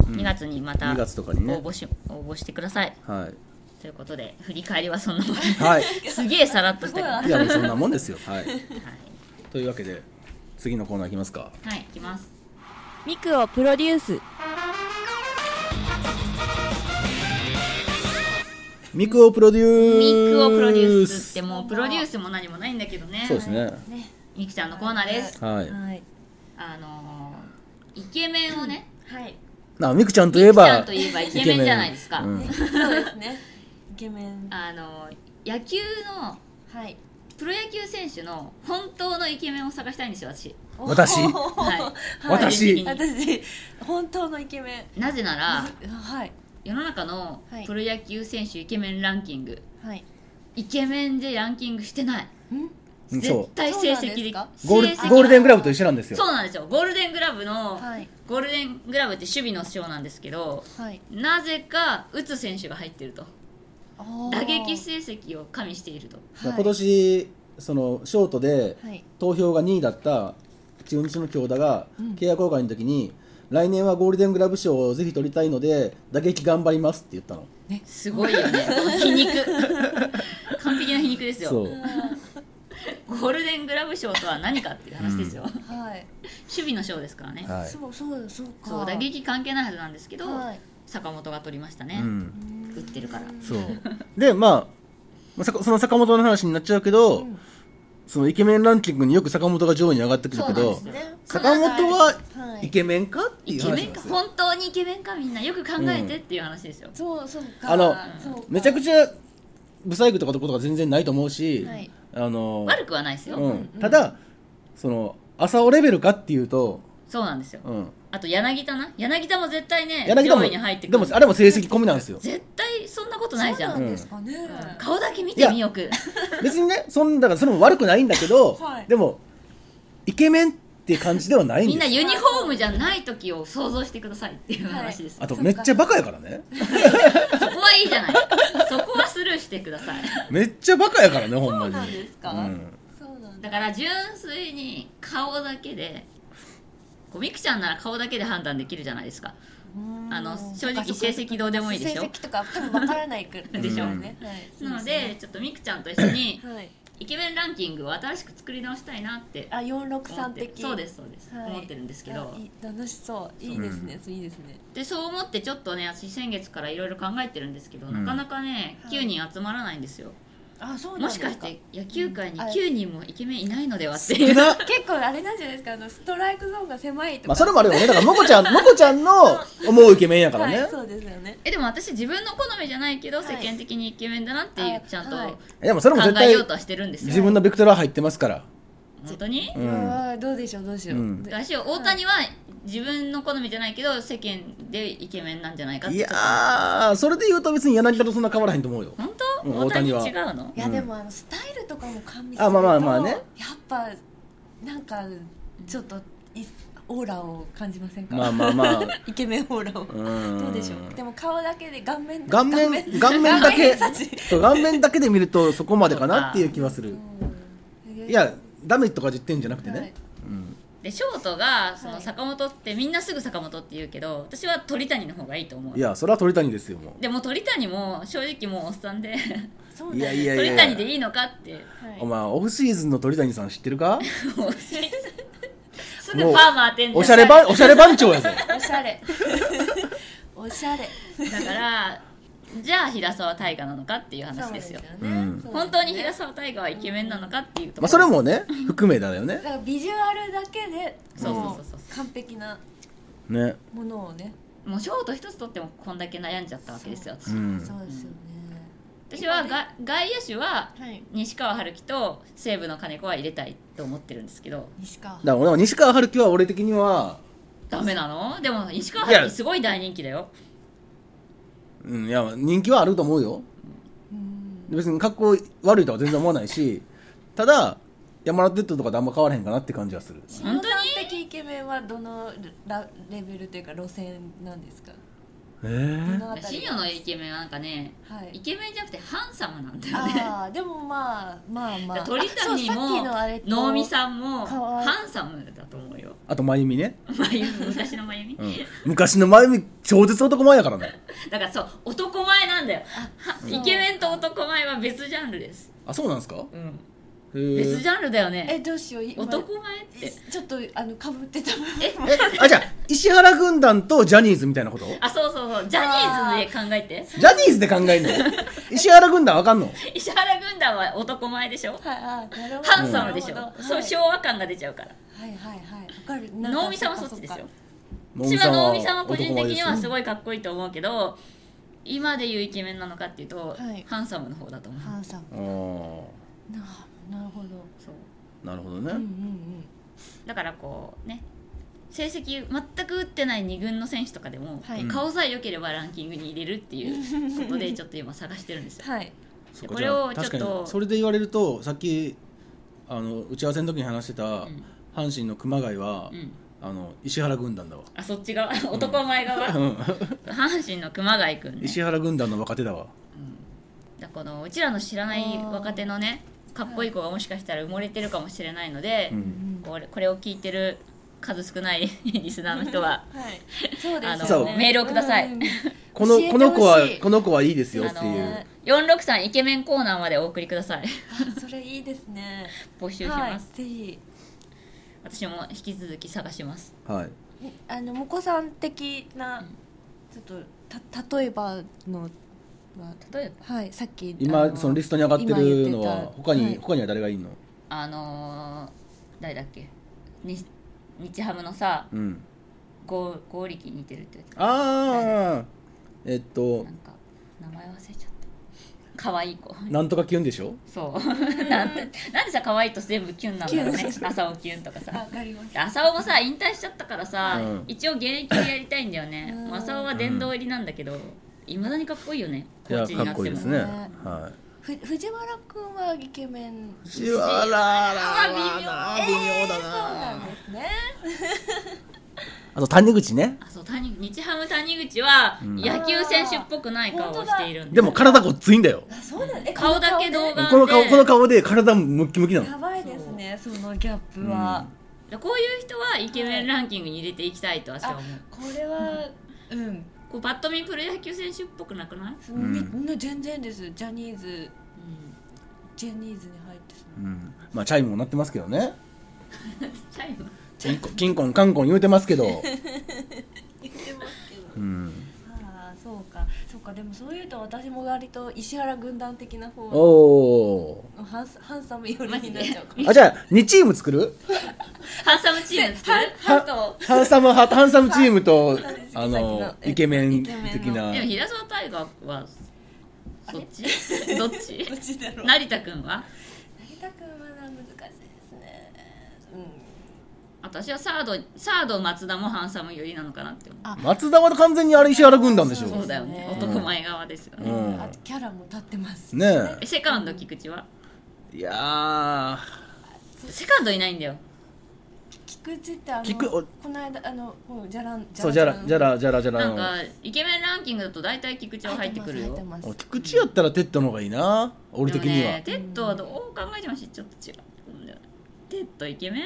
Speaker 3: 2月にまた
Speaker 4: 2月とかにね
Speaker 3: 応募し応募してください
Speaker 4: はい
Speaker 3: ということで振り返りはそんなもん (laughs)
Speaker 4: はい
Speaker 3: すげえさらっとしたけどはい
Speaker 4: いやもうそんなもんですよはい
Speaker 3: は
Speaker 4: というわけで次のコーナーいきますか
Speaker 3: いいきます
Speaker 5: ミクをプロデュース
Speaker 4: ミクをプロデュース
Speaker 3: ミクをプロデュースってもうプロデュースも何もないんだけどね
Speaker 4: そうですね
Speaker 3: ミクちゃんのコーナーです
Speaker 4: はい
Speaker 5: はい
Speaker 3: あのーイケメンをね
Speaker 1: はい
Speaker 4: なあミクちゃんとい
Speaker 3: ミ
Speaker 4: え
Speaker 3: クち
Speaker 4: ば
Speaker 3: ゃんといえばイケメンじゃないですか、
Speaker 4: うん
Speaker 1: そうです
Speaker 6: (laughs)
Speaker 1: ねイケメン
Speaker 3: あのー野球の
Speaker 1: はい
Speaker 3: プロ野球選手の本当のイケメンを探したいんですよ私
Speaker 4: 私
Speaker 1: おー
Speaker 3: は
Speaker 4: 私
Speaker 1: 私本当のイケメ
Speaker 3: なぜな
Speaker 1: ン
Speaker 3: ら
Speaker 1: はい
Speaker 3: 世の中の
Speaker 1: はい
Speaker 3: プロ野球選手イケメンランキング、
Speaker 1: はい
Speaker 3: イケメンでランキングしてない
Speaker 1: ん
Speaker 4: うんそう
Speaker 3: 絶対成績で
Speaker 6: そうなんです
Speaker 3: 成
Speaker 4: ゴール
Speaker 6: か
Speaker 3: 績
Speaker 4: ゴールデングラブと一緒なんですよ
Speaker 3: そうなんですよゴールデングラブの、
Speaker 6: はい
Speaker 3: ゴールデングラブって守備の賞なんですけど
Speaker 6: はい
Speaker 3: なぜか打つ選手が入ってると
Speaker 6: あー
Speaker 3: 打撃成績を加味していると
Speaker 6: はい
Speaker 4: 今年そのショートで
Speaker 6: はい
Speaker 4: 投票が2位だった中日の京田が
Speaker 6: ん
Speaker 4: 契約更改の時に、来年はゴールデングラブ賞をぜひ取りたいので打撃頑張りますって言ったの
Speaker 3: すごいよ
Speaker 6: (laughs)
Speaker 3: ね皮肉完璧な皮肉です
Speaker 4: そ
Speaker 3: よ
Speaker 4: う
Speaker 3: ゴールデングラブ賞とは何かっていう話ですよ、守
Speaker 6: (laughs) はい
Speaker 3: 備の賞ですからね、
Speaker 4: はい
Speaker 6: そうそうそうか
Speaker 3: そう打撃関係ないはずなんですけど、
Speaker 6: はい
Speaker 3: 坂本が取りましたね、
Speaker 4: うん
Speaker 3: 打ってるから
Speaker 4: そうでまあさその坂本の話になっちゃうけど、
Speaker 6: ん
Speaker 4: そのイケメンランキングによく坂本が上位に上がってくるけど、
Speaker 3: そうなんですよ
Speaker 4: 坂本は
Speaker 6: はい
Speaker 4: イケメンかってい
Speaker 3: イ
Speaker 4: う
Speaker 3: ケ
Speaker 4: 話
Speaker 3: メ
Speaker 4: な
Speaker 3: ン
Speaker 4: んで
Speaker 3: か
Speaker 4: すよ
Speaker 3: 本当にイケメンかみんなよく考えてっていう話ですよ、
Speaker 6: そうそうか
Speaker 4: あの
Speaker 6: そうか
Speaker 4: めちゃくちゃ不細工とかことが全然ないと思うし、
Speaker 6: はい
Speaker 4: あの
Speaker 3: 悪くはないですよ、
Speaker 4: うんただその朝尾レベルかっていうと、
Speaker 3: そうなんですよ
Speaker 4: うん、
Speaker 3: あと柳田な柳田も絶対ね
Speaker 4: 柳田も
Speaker 3: 上位に入ってく
Speaker 4: で
Speaker 3: る
Speaker 4: もあれも成績込みなんで
Speaker 3: (laughs)
Speaker 4: すよ
Speaker 3: 絶対そんなことないじゃん
Speaker 6: そうなんですかね、
Speaker 3: 顔だけ見てみよく
Speaker 4: 別にねそんだからそれも悪くないんだけど、
Speaker 6: はい
Speaker 4: でもイケメンっていう感じではないん
Speaker 3: み
Speaker 4: で
Speaker 3: んな
Speaker 4: すよ
Speaker 3: ユニフォームじゃない時を想像してくださいっていう話です、
Speaker 4: あとめっちゃバカやからね
Speaker 3: そこはいいじゃないそこはスルーしてください
Speaker 4: めっちゃバカやから
Speaker 3: (laughs)
Speaker 4: ねほんまに
Speaker 6: なんですか
Speaker 4: うん
Speaker 6: そうなん
Speaker 3: だから純粋に顔だけでこうみくちゃんなら顔だけで判断できるじゃないですかあの正直成績どうでもいいでしょ
Speaker 6: 成績とか多分わからないく
Speaker 3: でしょ
Speaker 6: ね、はい、
Speaker 3: なのでちょっとみくちゃんと一緒に
Speaker 6: はい
Speaker 3: イケメンランキングを新しく作り直したいなって
Speaker 6: あ463
Speaker 3: 思ってる
Speaker 6: 的
Speaker 3: そうですそうです、
Speaker 6: はい
Speaker 3: 思ってるんですけど
Speaker 6: あいい楽しそういいですね、そういいですね
Speaker 3: でそう思ってちょっとね私先月からいろいろ考えてるんですけど、
Speaker 4: うん
Speaker 3: なかなかね
Speaker 6: はい
Speaker 3: 9人集まらないんですよ、
Speaker 6: あそう
Speaker 3: もしかして野球界に
Speaker 6: うんあ
Speaker 3: 9人もイケメンいないのではってい
Speaker 4: 少
Speaker 3: う
Speaker 4: な
Speaker 6: 結構あれなんじゃないですかあのストライクゾーンが狭いとか、
Speaker 4: まあそれもあるよねだからもこち
Speaker 3: (laughs)
Speaker 4: ゃんもこちゃんの思うイケメンやから
Speaker 6: は
Speaker 4: ね、
Speaker 6: いそうですよね
Speaker 3: えでも私自分の好みじゃないけど
Speaker 6: い
Speaker 3: 世間的にイケメンだなっていう
Speaker 6: あ
Speaker 3: ちゃんと
Speaker 6: はい
Speaker 4: でもそれも絶
Speaker 3: 考
Speaker 4: 対
Speaker 3: えようとはしてるんです
Speaker 4: 自
Speaker 3: よ
Speaker 4: 分のベクトルは入ってますから、
Speaker 3: 本当に
Speaker 4: う、
Speaker 6: うんわーどうでしょうどうしよう、
Speaker 4: うん
Speaker 6: で
Speaker 3: 私大谷は自分の好みじゃないけど世間でイケメンなんじゃないかっ
Speaker 4: い
Speaker 3: て
Speaker 4: やーそれで言うと別に柳田とそんな変わらへんと思うよ
Speaker 3: 本
Speaker 4: うん
Speaker 3: 当大谷違
Speaker 4: 大谷
Speaker 3: うの
Speaker 6: いやでもあのスタイルとかも完備
Speaker 4: あまあまあまあね
Speaker 6: やっぱなんかちょっといオーラを感じませんか、
Speaker 4: まあまあまあ
Speaker 6: (laughs) イケメンオーラを
Speaker 4: (laughs) うん
Speaker 6: どうでしょうでも顔だけで顔面
Speaker 4: 顔面顔面だけ
Speaker 6: 顔面差し
Speaker 4: そう顔面だけで見るとそこまでかなっていう気はするいやダメとか言ってんじゃなくてね、
Speaker 6: はい
Speaker 4: うん、
Speaker 3: でショートがそ
Speaker 6: は
Speaker 3: の
Speaker 6: い
Speaker 3: 坂本ってみんなすぐ坂本って言うけど私は鳥谷の方がいいと思う
Speaker 4: いやそれは鳥谷ですよも
Speaker 3: でも鳥谷も正直もうおっさんで
Speaker 6: そうな
Speaker 4: うんいや
Speaker 6: です
Speaker 4: いやいや
Speaker 3: 鳥谷でいいのかって
Speaker 6: はい
Speaker 4: お前オフシーズンの鳥谷さん知ってる
Speaker 6: (laughs)
Speaker 4: か
Speaker 3: もう (laughs) すぐパーマ当てんじゃん
Speaker 4: おしゃれ番おしゃれ番長やぞ
Speaker 6: おし
Speaker 4: (laughs)
Speaker 6: ゃれおしゃれ
Speaker 3: だからじゃあ平沢大河なのかっていう話ですよ
Speaker 6: そう
Speaker 4: うん
Speaker 6: そうですね
Speaker 3: 本当に平沢大河はイケメンなのかっていうところ
Speaker 4: まあそれもね含めだよね
Speaker 6: だからビジュアルだけで
Speaker 3: そうそう
Speaker 6: も
Speaker 3: そうそう
Speaker 6: う完璧な
Speaker 4: ね
Speaker 6: ものをね
Speaker 3: もうショート一つ取ってもこんだけ悩んじゃったわけですよ
Speaker 4: う
Speaker 3: 私
Speaker 4: ん
Speaker 6: そうですよね
Speaker 3: 私はが外野手は
Speaker 6: はい
Speaker 3: 西川春樹と西武の金子は入れたいと思ってるんですけど
Speaker 6: 西川
Speaker 4: だから西川春樹は俺的には
Speaker 3: ダメなのでも西川春樹すごい大人気だよ
Speaker 4: うんいや人気はあると思うよ
Speaker 6: うん
Speaker 4: 別に格好悪いとは全然思わないしただ山田テッドとかであんま変わらへんかなって感じはする
Speaker 6: 志
Speaker 3: 本
Speaker 6: 野
Speaker 3: 当
Speaker 6: さ
Speaker 3: に
Speaker 6: ん的イケメンはどのラレベルというか路線なんですか
Speaker 4: え
Speaker 6: どのあた
Speaker 3: 新
Speaker 6: り
Speaker 3: 庄のイケメンはなんかね
Speaker 6: は
Speaker 3: イ
Speaker 6: い
Speaker 3: ケメンじゃなくてハンサムなんだよね
Speaker 6: ああでもまあまあまあ
Speaker 3: 鳥
Speaker 6: あそう
Speaker 3: 谷
Speaker 6: さっきのあれ
Speaker 3: も
Speaker 6: と
Speaker 3: 能見さんも
Speaker 6: かわいい
Speaker 3: ハンサムだと思うよ
Speaker 4: あと真由美ね、
Speaker 3: 眉昔の真由美
Speaker 4: うん、昔の真由美超絶男前やからね
Speaker 3: だからそう男前なんだよは
Speaker 6: そう
Speaker 3: イケメンと男前は別ジャンルです、
Speaker 4: あそうなんですか
Speaker 3: うん、
Speaker 4: へー
Speaker 3: 別ジャンルだよ
Speaker 6: え
Speaker 3: ね
Speaker 6: どうしよう今
Speaker 3: 男前って
Speaker 6: ちょっとあのかぶってた
Speaker 3: え
Speaker 4: えあじゃあ石原軍団とジャニーズみたいなこと
Speaker 3: あそうそうそうジャニーズで考えて
Speaker 4: ジャニーズで考えん
Speaker 3: (laughs)
Speaker 4: の石原軍団わかんの
Speaker 3: 石原軍団は男前でしょ
Speaker 6: はいあーなるほど
Speaker 3: ハンサムでしょ、
Speaker 6: なるほど
Speaker 3: そう
Speaker 6: はい
Speaker 3: 昭和感が出ちゃうから
Speaker 6: はいはいはいわかるなんか
Speaker 3: 能見さんはそっちです
Speaker 6: か
Speaker 3: よ
Speaker 4: 能
Speaker 3: 千
Speaker 4: 見
Speaker 3: 葉
Speaker 4: ん
Speaker 3: 能見さんは個人
Speaker 4: 男前
Speaker 3: 的
Speaker 4: で
Speaker 3: に
Speaker 4: すよ
Speaker 3: はすごいかっこいいと思うけど今で言うイケメンなのかっていうと、
Speaker 6: はい
Speaker 3: ハンサムの方だと思う
Speaker 6: ハンサム
Speaker 4: あー
Speaker 6: ななるほど
Speaker 3: そう
Speaker 4: なるほど
Speaker 6: うんうん
Speaker 4: ね、
Speaker 3: だからこうね成績全く打ってない2軍の選手とかでも、
Speaker 6: はい
Speaker 3: 顔さえ良ければランキングに入れるっていうことでちょっと今探してるんです
Speaker 6: うん
Speaker 3: よ
Speaker 6: はい
Speaker 4: そっか
Speaker 3: これを
Speaker 4: じゃあ
Speaker 3: ちょっと
Speaker 4: 確かにそれで言われるとさっきあの打ち合わせの時に話してた
Speaker 3: ん
Speaker 4: 阪神の熊谷は、
Speaker 3: うん
Speaker 4: あの石原軍団だわ、
Speaker 3: あそっち側 (laughs) 男前側
Speaker 4: (laughs) うん、
Speaker 3: 阪神の熊谷君ね
Speaker 4: 石原軍団の若手だわ
Speaker 3: だからこのうちらの知らない若手のねかっこいい子がもしかしたら埋もれてるかもしれないので、
Speaker 4: うん
Speaker 3: これこれを聞いてる数少ない (laughs) リスナーの人は
Speaker 1: はい
Speaker 6: そうで
Speaker 3: あ
Speaker 6: すよ
Speaker 3: の
Speaker 6: ね
Speaker 3: メールをください、
Speaker 6: うん
Speaker 4: この
Speaker 6: 教えて
Speaker 4: この子は
Speaker 6: ほしい
Speaker 4: この子はいいですよ
Speaker 3: あ
Speaker 4: っていう
Speaker 3: の463イケメンコーナーまでお送りください
Speaker 6: それいいですね
Speaker 3: (laughs) 募集します、
Speaker 6: い、ぜひ
Speaker 3: 私も引き続き探します
Speaker 4: はい
Speaker 6: あのモコさん的なちょっとた例えばのは
Speaker 3: 例えば
Speaker 6: はいさっきあ
Speaker 4: 今そのリストに上がってるの
Speaker 6: 今言っ
Speaker 4: は
Speaker 6: てた
Speaker 4: 他に、
Speaker 6: はい
Speaker 4: 他には誰がいいの
Speaker 3: あのー誰だっけに日ハムのさ
Speaker 4: うん
Speaker 3: 剛剛力似てるって言ってた
Speaker 4: ああえっと
Speaker 3: なんか名前忘れちゃった可愛い子
Speaker 4: なんとかキュンでしょ (laughs)
Speaker 3: そう。なんて、なんでさ、可愛いと全部キュンなんだろうね。朝尾キュンとか
Speaker 6: あ
Speaker 3: さ
Speaker 6: わ。かりました
Speaker 3: 朝尾もさ、引退しちゃったからさ、
Speaker 4: うん
Speaker 3: 一応現役でやりたいんだよね
Speaker 6: う。ん
Speaker 3: 朝尾は殿堂入りなんだけど、いまだにかっこいいよね。
Speaker 4: い
Speaker 3: コー
Speaker 4: や
Speaker 3: チに
Speaker 4: か
Speaker 3: な
Speaker 4: っ
Speaker 3: って
Speaker 4: こいい
Speaker 3: も。
Speaker 4: ですね
Speaker 6: ね
Speaker 4: は
Speaker 6: ふ藤原くんはイケメン
Speaker 4: いじわらら
Speaker 3: あ
Speaker 4: 微妙だ
Speaker 6: そうなんですね
Speaker 4: あと谷口ね
Speaker 3: あ、そう、谷日ハム谷口は、
Speaker 4: ん
Speaker 3: 野球選手っぽくない顔をしているんだよね
Speaker 4: でも体ごっついんだよ
Speaker 6: あそうなんえ
Speaker 3: 顔だけ動画
Speaker 4: この顔
Speaker 3: で
Speaker 4: この顔で体ムッキムキなの
Speaker 6: やばいですねそのギャップは、
Speaker 3: こういう人はイケメンランキングに入れていきたいと私は思う。
Speaker 6: これはうん
Speaker 3: こう、パッと見プロ野球選手っぽくなくない、
Speaker 6: そ
Speaker 4: うん
Speaker 6: みんな全然ですジャニーズジャニーズに入ってその
Speaker 4: うんまあチャイムも鳴ってますけどね
Speaker 3: 最後。
Speaker 4: 金庫金庫カンコン言うてますけど
Speaker 1: 言ってますけど
Speaker 4: うん
Speaker 6: ああそうかそうかでもそういうと私も割と石原軍団的な方
Speaker 4: お
Speaker 6: の
Speaker 4: お
Speaker 6: ハンスハンサム寄りになっちゃうかも
Speaker 4: あじゃあ2チーム作る
Speaker 3: ハンサムチーム作る
Speaker 6: ハト
Speaker 4: ハンサムはハンサムチームとあ
Speaker 6: 先
Speaker 4: の
Speaker 6: のえ
Speaker 4: イケメン
Speaker 6: イケメンの
Speaker 4: 的な
Speaker 3: でも平沢大河はそっちどっ
Speaker 6: (laughs)
Speaker 3: ち
Speaker 6: どっちだろう
Speaker 3: 成田君は
Speaker 6: 成田君はな難しいですねうん
Speaker 3: 私はサードサード松田もハンサム寄りなのかなって思う
Speaker 6: あ
Speaker 4: 松田は完全にあれ石原軍団でしょ
Speaker 3: そうだよね
Speaker 6: そうですね
Speaker 3: 男前側ですよね、
Speaker 4: うん
Speaker 6: あとキャラも立ってます
Speaker 4: ね
Speaker 3: えセカンド菊池は
Speaker 4: えいやー
Speaker 3: セカンドいないんだよ
Speaker 6: 菊池ってあの
Speaker 4: 菊お
Speaker 6: この間あのもうじゃらん
Speaker 4: そうじゃらじゃらじゃらじゃら
Speaker 3: なん
Speaker 4: の
Speaker 3: かイケメンランキングだと大体菊池は入ってくるよ
Speaker 6: 入ってます入
Speaker 4: お
Speaker 6: ってます
Speaker 4: 菊池やったらテッドの方がいいな俺的に
Speaker 3: でも
Speaker 4: は
Speaker 3: ねテッドはどう考えてもちょっと違うんだよねテッドイケメン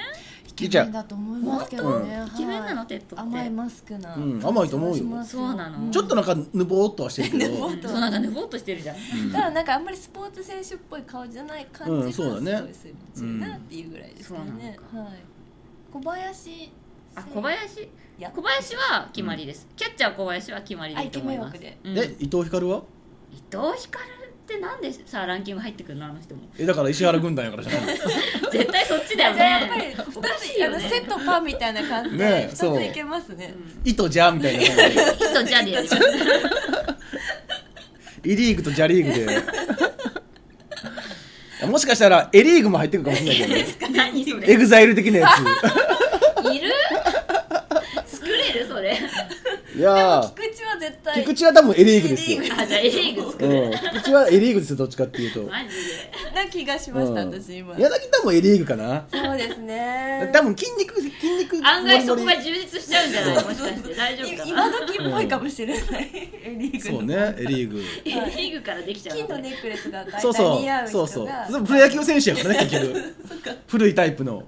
Speaker 6: イケメンだと思いますけどね
Speaker 4: う
Speaker 6: はい
Speaker 3: イケメンなのテッドって
Speaker 6: 甘いマスクな
Speaker 4: うん甘いと思うよ
Speaker 6: 感じがします
Speaker 3: そうなの
Speaker 6: ん
Speaker 4: ちょっとなんかぬぼーっとはしてるけど、
Speaker 3: そうなんかねぼーっとしてるじゃん
Speaker 6: ただなんかあんまりスポーツ選手っぽい顔じゃない感じ
Speaker 4: うん
Speaker 6: がす
Speaker 4: そう
Speaker 6: ご
Speaker 4: だ
Speaker 6: い
Speaker 4: ね
Speaker 6: するなっていうぐらいですかね
Speaker 3: うん。
Speaker 6: はい。小林
Speaker 3: あ小林
Speaker 6: や
Speaker 3: 小林は決まりです、キャッチャー小林は決まりでいいと思います
Speaker 6: あイケメン
Speaker 3: うん
Speaker 4: で伊藤光は
Speaker 3: 伊藤光ってなんでさランキング入ってくるのあの人も
Speaker 4: えだから石原軍団やからじゃ
Speaker 3: (laughs)
Speaker 4: ない
Speaker 3: 絶対そっちだよ
Speaker 6: じゃあやっぱり
Speaker 3: ねおかしい
Speaker 6: あ
Speaker 3: よ
Speaker 6: の
Speaker 3: ね
Speaker 6: セットパンみたいな感
Speaker 4: ね
Speaker 6: じで
Speaker 4: え
Speaker 6: 一つ
Speaker 4: そう
Speaker 6: いけますね。
Speaker 4: 糸じゃみたいな方がいい
Speaker 3: 糸じゃでやります
Speaker 4: イリーグとジャリーグ
Speaker 3: (laughs)
Speaker 4: でもしかしたらエリーグも入ってくるかもしれないけどね
Speaker 3: 何そ
Speaker 4: エ
Speaker 3: れ
Speaker 4: グザイル的なや
Speaker 3: いる作れるそれ
Speaker 4: つ (laughs) いやー
Speaker 6: 菊池は絶対
Speaker 4: 菊池は多分エリーグですよ、
Speaker 3: あじゃあ A リーグ作
Speaker 4: う
Speaker 3: る
Speaker 4: ん、菊池はエリーグですよどっちかっていうと、う
Speaker 3: マジで
Speaker 6: な気がしました
Speaker 4: ん、
Speaker 6: 私今。
Speaker 4: 柳田もエリーグかな
Speaker 6: そうですね。
Speaker 4: 多分筋肉筋肉
Speaker 3: 案外そこ
Speaker 4: モ
Speaker 3: が
Speaker 4: リモ
Speaker 3: 充実しちゃうんじゃないもしかして大丈
Speaker 6: い
Speaker 3: 夫か
Speaker 6: 今
Speaker 3: な
Speaker 6: 時っぽいかもしれない。エリ
Speaker 4: リ
Speaker 6: ー
Speaker 4: (laughs) そ
Speaker 6: グ
Speaker 4: う
Speaker 6: の
Speaker 4: ねエリーグ
Speaker 3: A リーグからできちゃう
Speaker 6: 金
Speaker 3: のこ
Speaker 6: のネ
Speaker 3: れ
Speaker 6: ックレスが
Speaker 4: そう
Speaker 6: 大
Speaker 4: そ
Speaker 6: 体
Speaker 4: う
Speaker 6: 似合う
Speaker 4: そう
Speaker 6: 人
Speaker 4: そう
Speaker 6: が
Speaker 4: でもプロ野球選手やから
Speaker 6: (laughs)
Speaker 4: ね結局古いタイプの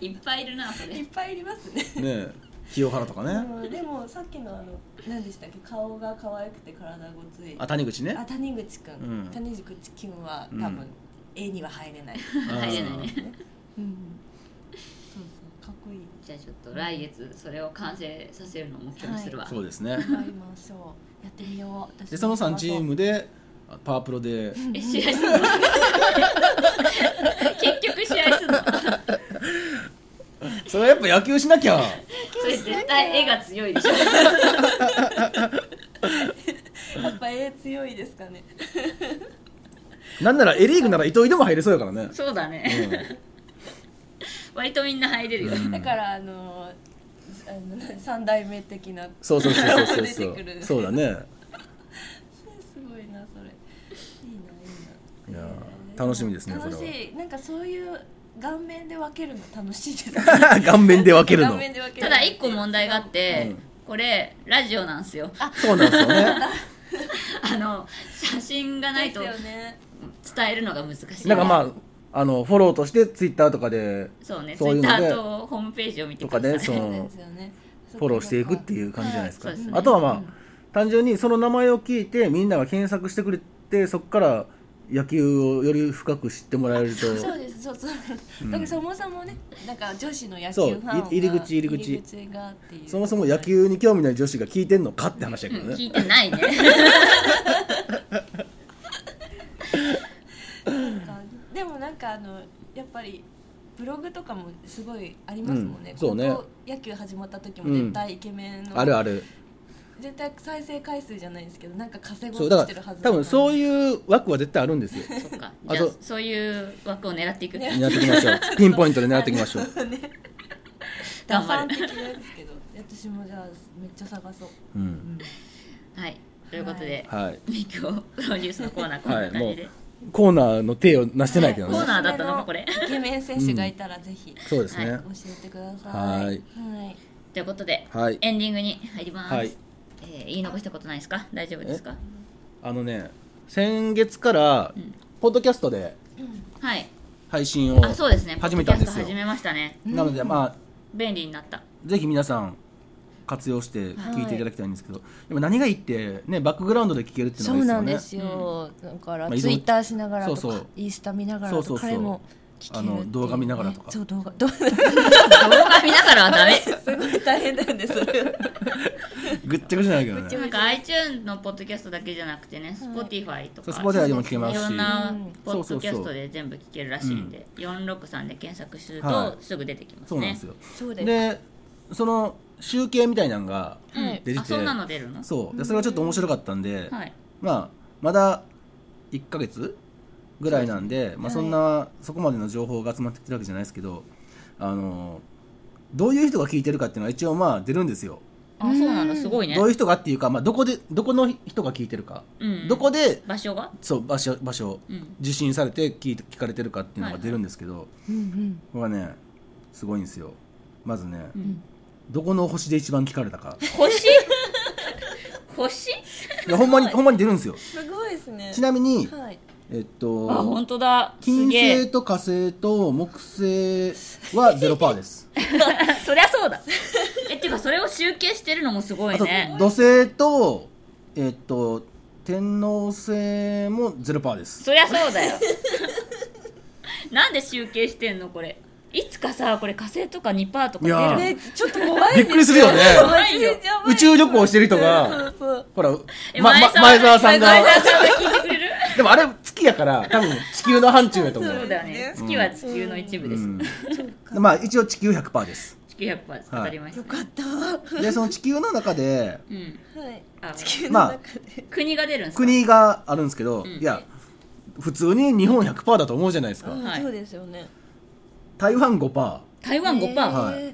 Speaker 3: いっぱいいるなそ
Speaker 6: い
Speaker 3: れ
Speaker 6: っぱいいりますね。
Speaker 4: ねえ清原とかね、
Speaker 6: うんでもさっきのあの何でしたっけ顔が可愛くて体ごつい
Speaker 4: あ谷口ね
Speaker 6: あ谷口くん、
Speaker 4: うん
Speaker 6: 谷口くんは多
Speaker 4: う
Speaker 6: 分
Speaker 4: ん
Speaker 6: A には入れない、
Speaker 3: 入れないね
Speaker 6: うん、そうそうかっこいい
Speaker 3: じゃあちょっと来月それを完成させるのを目標にする
Speaker 4: あ
Speaker 3: わ
Speaker 4: ーそうですね
Speaker 6: やりましょうやってみよう私も
Speaker 4: でその3チームであパワープロで
Speaker 3: え試合するの (laughs) 結局試合するの
Speaker 4: それはやっぱ野球しなきゃ
Speaker 3: それ絶対絵が強いでしょ
Speaker 6: やっぱ A 強いですかね
Speaker 4: なんならエリーグなら伊藤でも入れそうやからね
Speaker 3: そうだね、割とみんな入れるよ、
Speaker 4: うん
Speaker 6: だからあのあの三代目的なす
Speaker 4: そうそうそうそうそ
Speaker 6: 出てく
Speaker 4: う
Speaker 6: る
Speaker 4: そうだねい (laughs)
Speaker 6: ごいなそれいいないいな
Speaker 4: やー楽しみですねそれは
Speaker 6: 楽しいなんかそういう顔面で分けるの楽しいです
Speaker 4: 顔面で分ける
Speaker 6: 顔
Speaker 4: の
Speaker 6: 面で分ける
Speaker 3: た
Speaker 6: の
Speaker 3: だ一個問題があって、
Speaker 4: うん
Speaker 3: これラジオなんですよ
Speaker 4: そうなんですよ
Speaker 6: (laughs)
Speaker 4: ね
Speaker 3: あの写真がないと
Speaker 6: ですよね
Speaker 3: 伝えるのが難しい
Speaker 4: なんかまああのフォローとしてツイッターとかで
Speaker 3: そうねツイ
Speaker 4: そういう
Speaker 3: ッ
Speaker 4: の
Speaker 3: タ
Speaker 4: で
Speaker 3: ーとホームページを見て
Speaker 4: と
Speaker 3: くだ
Speaker 4: か
Speaker 3: さい
Speaker 4: でそ
Speaker 6: そうで
Speaker 4: の
Speaker 6: すよね
Speaker 4: フォローしていくっていう感じじゃないですか、
Speaker 3: はいそうですね
Speaker 4: あとはまあ、単純にその名前を聞いてみんなが検索してくれてそこから野球をより深く知ってもらえると
Speaker 6: そうですそうそう、
Speaker 4: ん
Speaker 6: だからそもそもねなんか女子の野球
Speaker 4: そう
Speaker 6: ファンが
Speaker 4: い入り口入り口
Speaker 6: 入り口がっていう
Speaker 4: そもそも野球に興味ない女子が聞いてんのかって話だけど
Speaker 3: うん
Speaker 4: ね、
Speaker 3: 聞いてない
Speaker 4: (laughs)
Speaker 3: ね
Speaker 6: なんかでもなんかあのやっぱりブログとかもすごいありますもんね、
Speaker 4: うんそうね
Speaker 6: 高校野球始まった時も絶対イケメンの、
Speaker 4: あるある
Speaker 6: 絶対再生回数じゃないですけどなんか稼ご
Speaker 4: そう
Speaker 6: う
Speaker 4: だ
Speaker 6: と
Speaker 4: か
Speaker 6: してるは
Speaker 4: ら
Speaker 6: ず
Speaker 4: 多分そう
Speaker 6: う
Speaker 4: いう枠は絶対あるん
Speaker 6: (laughs)
Speaker 4: ですよ
Speaker 3: そっか
Speaker 4: あ
Speaker 3: じゃあ
Speaker 4: と
Speaker 3: そういう枠を狙っていく
Speaker 4: 狙っていきましょうピンポイントで狙っていきま
Speaker 6: (laughs)
Speaker 4: しょう
Speaker 6: 打
Speaker 3: 頑張
Speaker 6: 算 (laughs)
Speaker 3: る
Speaker 6: 的ですけど私もじゃあめっちゃ探そう、
Speaker 4: う
Speaker 6: うんん、
Speaker 3: はいということで、
Speaker 4: はい
Speaker 3: ミクをプロデュースのコーナーこんな感じで、
Speaker 4: はいコーナーの手をなしてないけどね、
Speaker 3: コーナーだったのかこれ
Speaker 6: イケメン選手がいたらぜひ
Speaker 4: そうですね
Speaker 6: 教えてください
Speaker 4: はい
Speaker 6: はい
Speaker 3: ということで、
Speaker 4: はい
Speaker 3: エンディングに入ります、
Speaker 4: はい
Speaker 3: えー言い残したことないですか大丈夫ですか
Speaker 4: あのね先月から
Speaker 3: うん
Speaker 4: ポッドキャストで
Speaker 3: はい
Speaker 4: 配信を
Speaker 3: あそうですね
Speaker 4: 始めたんです
Speaker 3: ポッ
Speaker 4: よ
Speaker 3: ドキャスト始めましたね
Speaker 4: なのでまあ
Speaker 3: 便利になった
Speaker 4: ぜひ皆さん活用して聞いていただきたいんですけど、でも何がいいってねバックグラウンドで聞けるっていう
Speaker 6: そ
Speaker 4: のがいうい
Speaker 6: なんで
Speaker 4: です
Speaker 6: す
Speaker 4: よね
Speaker 6: よ、だから
Speaker 4: まあ
Speaker 6: ツイッターしながらとか、
Speaker 4: そうそう
Speaker 6: インスタ見ながらとか
Speaker 4: そうそうそう
Speaker 6: 彼も聞けるっていうね
Speaker 4: あの動画見ながらとか
Speaker 6: そう (laughs) 動画動画
Speaker 3: 動画見ながらは
Speaker 4: (laughs)
Speaker 3: ダメ
Speaker 6: すごい大変だよねそれ
Speaker 4: ぐっちゃぐちゃないけどね
Speaker 3: なんか iTunes のポッドキャストだけじゃなくてね Spotify とか
Speaker 4: そう Spotify でも聞けますし
Speaker 3: いろんなポ
Speaker 4: そう
Speaker 3: ッ
Speaker 4: そうそう
Speaker 3: ドキャストで全部聞けるらしいんで、463で検索する
Speaker 4: は
Speaker 3: と
Speaker 4: い
Speaker 3: すぐ出てきますね、
Speaker 4: そうなんですよ、
Speaker 6: そうです
Speaker 4: でその集計みたいなのが
Speaker 3: うん
Speaker 6: はい
Speaker 4: 出て
Speaker 3: あ
Speaker 4: て
Speaker 3: そんなの出るの
Speaker 4: そうでそれがちょっと面白かったんで、
Speaker 3: はい
Speaker 4: まあまだ1ヶ月ぐらいなんでまあ、そんなそこまでの情報が集まってきてるわけじゃないですけどあのどういう人が聞いてるかっていうのは一応まあ出るんですよ、
Speaker 3: あそうなんだすごいね
Speaker 4: どういう人がっていうか、まあ、どこでどこの人が聞いてるか、
Speaker 3: うん
Speaker 4: どこで
Speaker 3: 場所が
Speaker 4: そう場所場所、
Speaker 3: うん
Speaker 4: 受信されて聞いて聞かれてるかっていうのが出るんですけど、
Speaker 6: うん
Speaker 4: これはねすごいんですよまずね、
Speaker 3: ん
Speaker 4: どこの星で一番聞かれたか
Speaker 3: 星星
Speaker 4: いやほんまにほんまに出るんですよ
Speaker 6: すごいですね
Speaker 4: ちなみに、
Speaker 6: はい
Speaker 4: えっ
Speaker 3: あ本
Speaker 4: と
Speaker 3: 当だす
Speaker 4: 金
Speaker 3: げえ
Speaker 4: 星と火星と木星はゼロパーです。
Speaker 3: (laughs) そりゃそうだえっていうかそれを集計してるのもすご
Speaker 4: あ
Speaker 3: い
Speaker 4: と
Speaker 6: (laughs)
Speaker 3: ね
Speaker 4: 土星とえっと天王星もゼロパーです。
Speaker 3: そりゃそうだよなんで集計してんのこれいつかさこれ火星とか2%とか
Speaker 4: いやー
Speaker 3: 出る
Speaker 6: ねちょっと怖い
Speaker 4: びっくりするよね
Speaker 6: 怖いよ
Speaker 4: 宇宙旅行してる人
Speaker 6: そ
Speaker 4: が
Speaker 6: うそう
Speaker 4: ほら、
Speaker 3: え
Speaker 4: ま、ま前澤さんが
Speaker 3: 前澤さんが聞いてくれ
Speaker 6: (laughs)
Speaker 3: る
Speaker 4: でもあれ月やから多分地球の範疇やと思
Speaker 3: そう
Speaker 4: う。
Speaker 3: だよね月は地球の一部です、
Speaker 4: うんまあ一応地球100%です。
Speaker 3: 地球100%です当たりました、
Speaker 6: よかったは
Speaker 4: でその地球の中で
Speaker 3: うん
Speaker 6: い
Speaker 3: あ
Speaker 6: 地球の
Speaker 4: まあ
Speaker 6: 中で、
Speaker 3: 国が出るんですか
Speaker 4: 国があるんですけど、
Speaker 3: ん
Speaker 4: いや普通に日本100%だと思うじゃないですか。
Speaker 3: はい
Speaker 6: うんそうですよね
Speaker 4: 台湾5%。
Speaker 3: 台湾5%、
Speaker 6: えー
Speaker 4: はい
Speaker 6: 台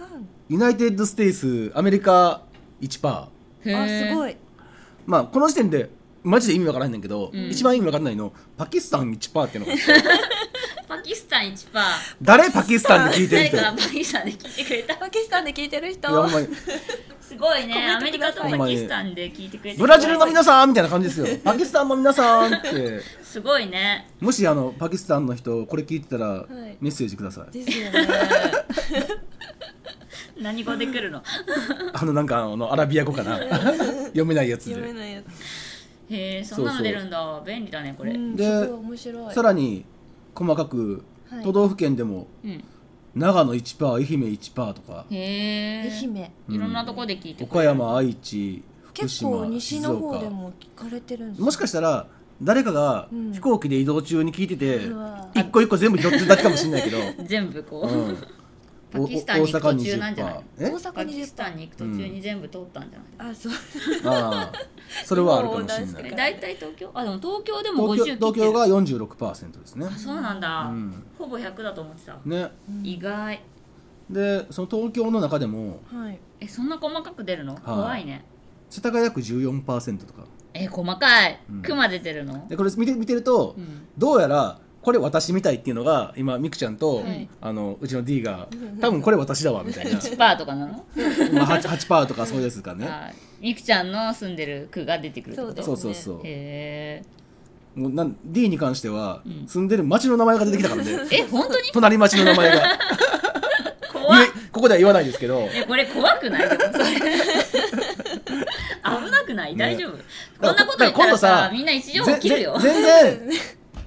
Speaker 6: 湾
Speaker 4: ユナイテッド・ステイス、アメリカ1%。
Speaker 3: へー
Speaker 6: あすごい
Speaker 4: まあ、この時点で、マジで意味わからんねんけど、
Speaker 3: ん
Speaker 4: 一番意味わかんないの、パキスタン1%っていうのが。
Speaker 3: パキスタン1%
Speaker 4: 誰パキスタンで聞いてる
Speaker 3: 誰
Speaker 4: 人
Speaker 3: かがパキスタンで聞いてくれた
Speaker 6: パキスタンで聞いてる人
Speaker 4: いやほんまに
Speaker 3: すごいねア
Speaker 6: コ
Speaker 3: メ
Speaker 6: メ
Speaker 3: リ
Speaker 6: ントく
Speaker 3: カ
Speaker 6: だ
Speaker 3: と
Speaker 6: さい
Speaker 3: パキスタンで聞いてくれて
Speaker 4: ブラジルの皆さんみたいな感じですよ。パキスタンの皆さんって、
Speaker 3: すごいね
Speaker 4: もしあの、パキスタンの人、これ聞いてたら、
Speaker 6: い
Speaker 4: メッセージください。
Speaker 6: ですよね
Speaker 3: 何語で来るの
Speaker 4: あの、なんか、あの、アラビア語かな。読めないやつ
Speaker 6: 読め
Speaker 4: で。
Speaker 6: ないやつ
Speaker 3: へえそんなの出るんだ便利だねこれ、
Speaker 6: うん
Speaker 4: です
Speaker 6: ごい面白い
Speaker 4: さらに、細かく、
Speaker 6: はい
Speaker 4: 都道府県でも、
Speaker 3: うん
Speaker 4: 長野1%、愛媛1%とか、
Speaker 3: へえ
Speaker 6: 愛媛
Speaker 3: いろんなとこで聞いてく
Speaker 4: 岡
Speaker 3: れる
Speaker 4: 山、愛知、福
Speaker 6: 結
Speaker 4: 島、
Speaker 6: 構西の方
Speaker 4: 静
Speaker 6: で
Speaker 4: 岡
Speaker 6: も聞かれてるんです
Speaker 4: もしかしたら誰かが
Speaker 6: うん
Speaker 4: 飛行機で移動中に聞いてて、
Speaker 6: うわ
Speaker 4: 一個一個全部拾ってるだけかもしれないけ
Speaker 6: (laughs)
Speaker 4: ど、
Speaker 3: 全部こう、
Speaker 4: うん、
Speaker 3: パキスタンに行く途中なんじゃない
Speaker 4: え
Speaker 6: 大阪
Speaker 3: パキ
Speaker 6: に
Speaker 3: スタンに行く途中に全部通ったんじゃない、
Speaker 6: あそう
Speaker 4: ああそれはあるかもしれ
Speaker 6: う
Speaker 4: なんい
Speaker 3: え大体東京あでも東京でも50
Speaker 4: 東京
Speaker 3: 切ってる
Speaker 4: 東京が46%ですね
Speaker 3: あそうなんだ、
Speaker 4: うん
Speaker 3: ほぼ100だと思ってた、
Speaker 4: ね
Speaker 3: 意外
Speaker 4: でその東京の中でも
Speaker 6: はい
Speaker 3: えそんな細かく出るの、怖いね
Speaker 4: 世田谷区14%とか
Speaker 3: え細かい、
Speaker 4: うん
Speaker 3: 熊出てるの
Speaker 4: でこれ見て見てると、
Speaker 3: うん
Speaker 4: どうやらこれ私みたいっていうのが今ミクちゃんと、
Speaker 7: はい
Speaker 4: あのうちの D が多分これ私だわみたい
Speaker 3: (laughs)
Speaker 4: な
Speaker 3: パーとかなの
Speaker 4: まあ 8%, 8とかそうですからね
Speaker 3: あみくちゃんの住んでる区が出てくるってこ
Speaker 7: そ
Speaker 3: と
Speaker 7: う
Speaker 4: そうそうそう
Speaker 3: へ
Speaker 4: もうなん D に関しては、
Speaker 3: うん
Speaker 4: 住んでる町の名前が出てきたからね
Speaker 3: ーえ本当に
Speaker 4: (laughs) 隣町の名
Speaker 3: (laughs)
Speaker 4: 前が
Speaker 3: 怖っ
Speaker 4: 言えここでは言わないですけど
Speaker 3: えこれ怖
Speaker 4: (laughs)
Speaker 3: くないでもそれ危なくない大丈夫、こんなこと言ったらさ
Speaker 4: だから今度さ
Speaker 3: みんな一時情報切るよ
Speaker 4: ぜぜ全然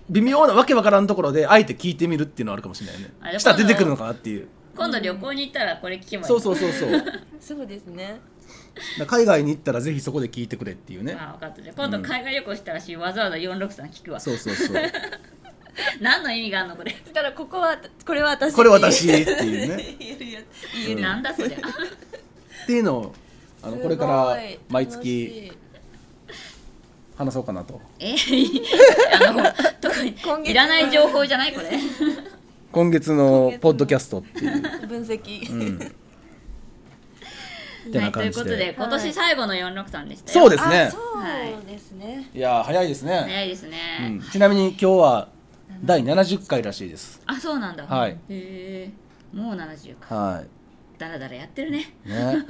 Speaker 4: 微妙なわけわからんところであえて聞いてみるっていうのはあるかもしれない
Speaker 3: あれ
Speaker 4: ねしたら出てくるのかなっていう
Speaker 3: 今度旅行に行ったらこれ聞けばいい
Speaker 4: そうそうそ
Speaker 3: (laughs)
Speaker 4: うそうだか
Speaker 6: そうですね。
Speaker 4: ら海外に行ったらぜひそこで聞いてくれっていうね
Speaker 3: あ分かったじゃあ今度海外旅行したらし、わざわざ463聞くわ
Speaker 4: そうそうそう
Speaker 3: 何の意味があんのこれ
Speaker 6: だからここはこれは私。
Speaker 4: これ
Speaker 6: (laughs)
Speaker 4: 私っていうね
Speaker 6: 言えるやつ。
Speaker 4: うん
Speaker 3: なんだそりゃ
Speaker 4: っていうのをあのこれから毎月話そうかなと
Speaker 3: (laughs) えいあの特に
Speaker 6: 今月
Speaker 3: いらない情報じゃない
Speaker 4: (laughs)
Speaker 3: これ
Speaker 4: 今月のポッドキャストっていう、
Speaker 6: 分析。
Speaker 4: うん、て
Speaker 3: は
Speaker 4: ない
Speaker 3: とい
Speaker 4: 感
Speaker 3: う
Speaker 4: じ
Speaker 3: こ
Speaker 4: で
Speaker 3: とで今年最後の463でしたよ
Speaker 4: そうですね
Speaker 7: そうですね。
Speaker 4: いやー早いですね、
Speaker 3: 早いですね、
Speaker 4: うん、ちなみに今日は第70回らしいです
Speaker 3: あそうなんだ
Speaker 4: はい
Speaker 3: へえもう70か
Speaker 4: はい
Speaker 3: だらだらやってるね
Speaker 4: ね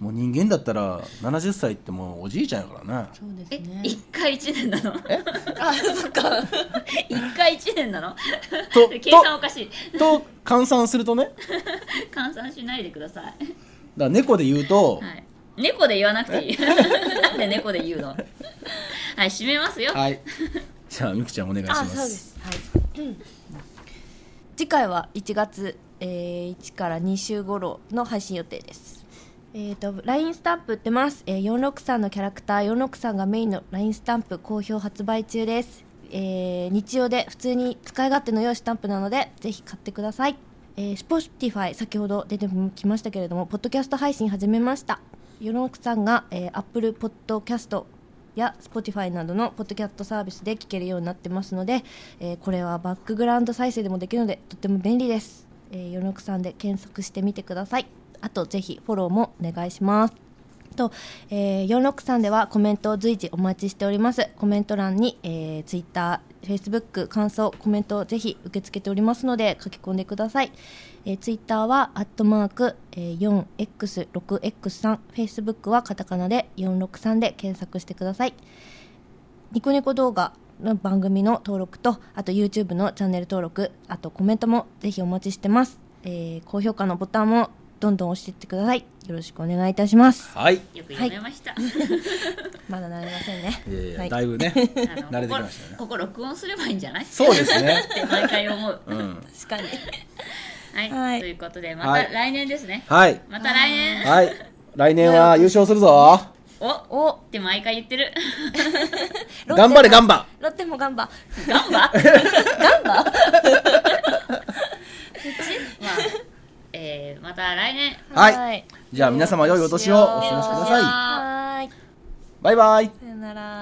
Speaker 4: もう人間だったら70歳ってもうおじいちゃんやからね
Speaker 7: そうです
Speaker 3: え
Speaker 7: ね。
Speaker 3: 一回一年なの
Speaker 7: あ、そっか。
Speaker 3: (laughs) 一回一年なの
Speaker 4: と
Speaker 3: 計算おかしい
Speaker 4: と換算するとねだか
Speaker 3: 換算しないでください、
Speaker 4: ら猫で言うと
Speaker 3: はい、猫で言わなくていい (laughs) なんで猫で言うのはい締めますよ、
Speaker 4: はいじゃあみくちゃんお願いしま
Speaker 7: あ、
Speaker 4: す
Speaker 7: そうです。はい。次回は1月、えー、1から2週頃の配信予定です。えっ、と LINE スタンプ売ってます。えー、463のキャラクター463がメインの LINE スタンプ好評発売中です。えー、日曜で普通に使い勝手の良いスタンプなのでぜひ買ってください。えー、Spotify 先ほど出てきましたけれどもポッドキャスト配信始めました。463が、えー、Apple Podcast や Spotify などのポッドキャストサービスで聞けるようになってますので、えーこれはバックグラウンド再生でもできるのでとても便利です、えー、よのくさんで検索してみてくださいあとぜひフォローもお願いしますと、えー、463ではコメントを随時お待ちしておりますコメント欄に、えー、Twitter、Facebook 感想コメントをぜひ受け付けておりますので書き込んでください、えー、Twitter はアットマーク、えー、4x6x3 Facebook はカタカナで463で検索してくださいニコニコ動画の番組の登録と、あと YouTube のチャンネル登録、あとコメントもぜひお待ちしてます。えー高評価のボタンもどんどん押していってください。よろしくお願いいたします。
Speaker 4: はい
Speaker 3: よく読めました、
Speaker 7: まだ慣れませんね。
Speaker 4: いやいや
Speaker 7: はい
Speaker 4: だいぶね
Speaker 3: あの
Speaker 4: (laughs) 慣れてきましたね
Speaker 3: ここここ録音すればいいんじゃない
Speaker 4: そうですね
Speaker 3: って毎回思う、
Speaker 4: うん
Speaker 7: 確かに。
Speaker 3: はい、
Speaker 7: はい
Speaker 3: ということでまた
Speaker 4: はい
Speaker 3: 来年ですね、
Speaker 4: はい
Speaker 3: また来年、
Speaker 4: はい来年は優勝するぞ
Speaker 3: おっ
Speaker 7: お、
Speaker 3: て毎回言ってる
Speaker 7: ロッテも
Speaker 4: 頑張れ頑張
Speaker 7: ロッテも頑張。
Speaker 3: ガン (laughs) バ
Speaker 7: 頑張
Speaker 3: まあ、えー、また来年
Speaker 4: はい
Speaker 7: い。
Speaker 4: じゃあ皆様良いお年をお過ごしください
Speaker 7: はーい。
Speaker 4: バイバイ
Speaker 7: さよなら。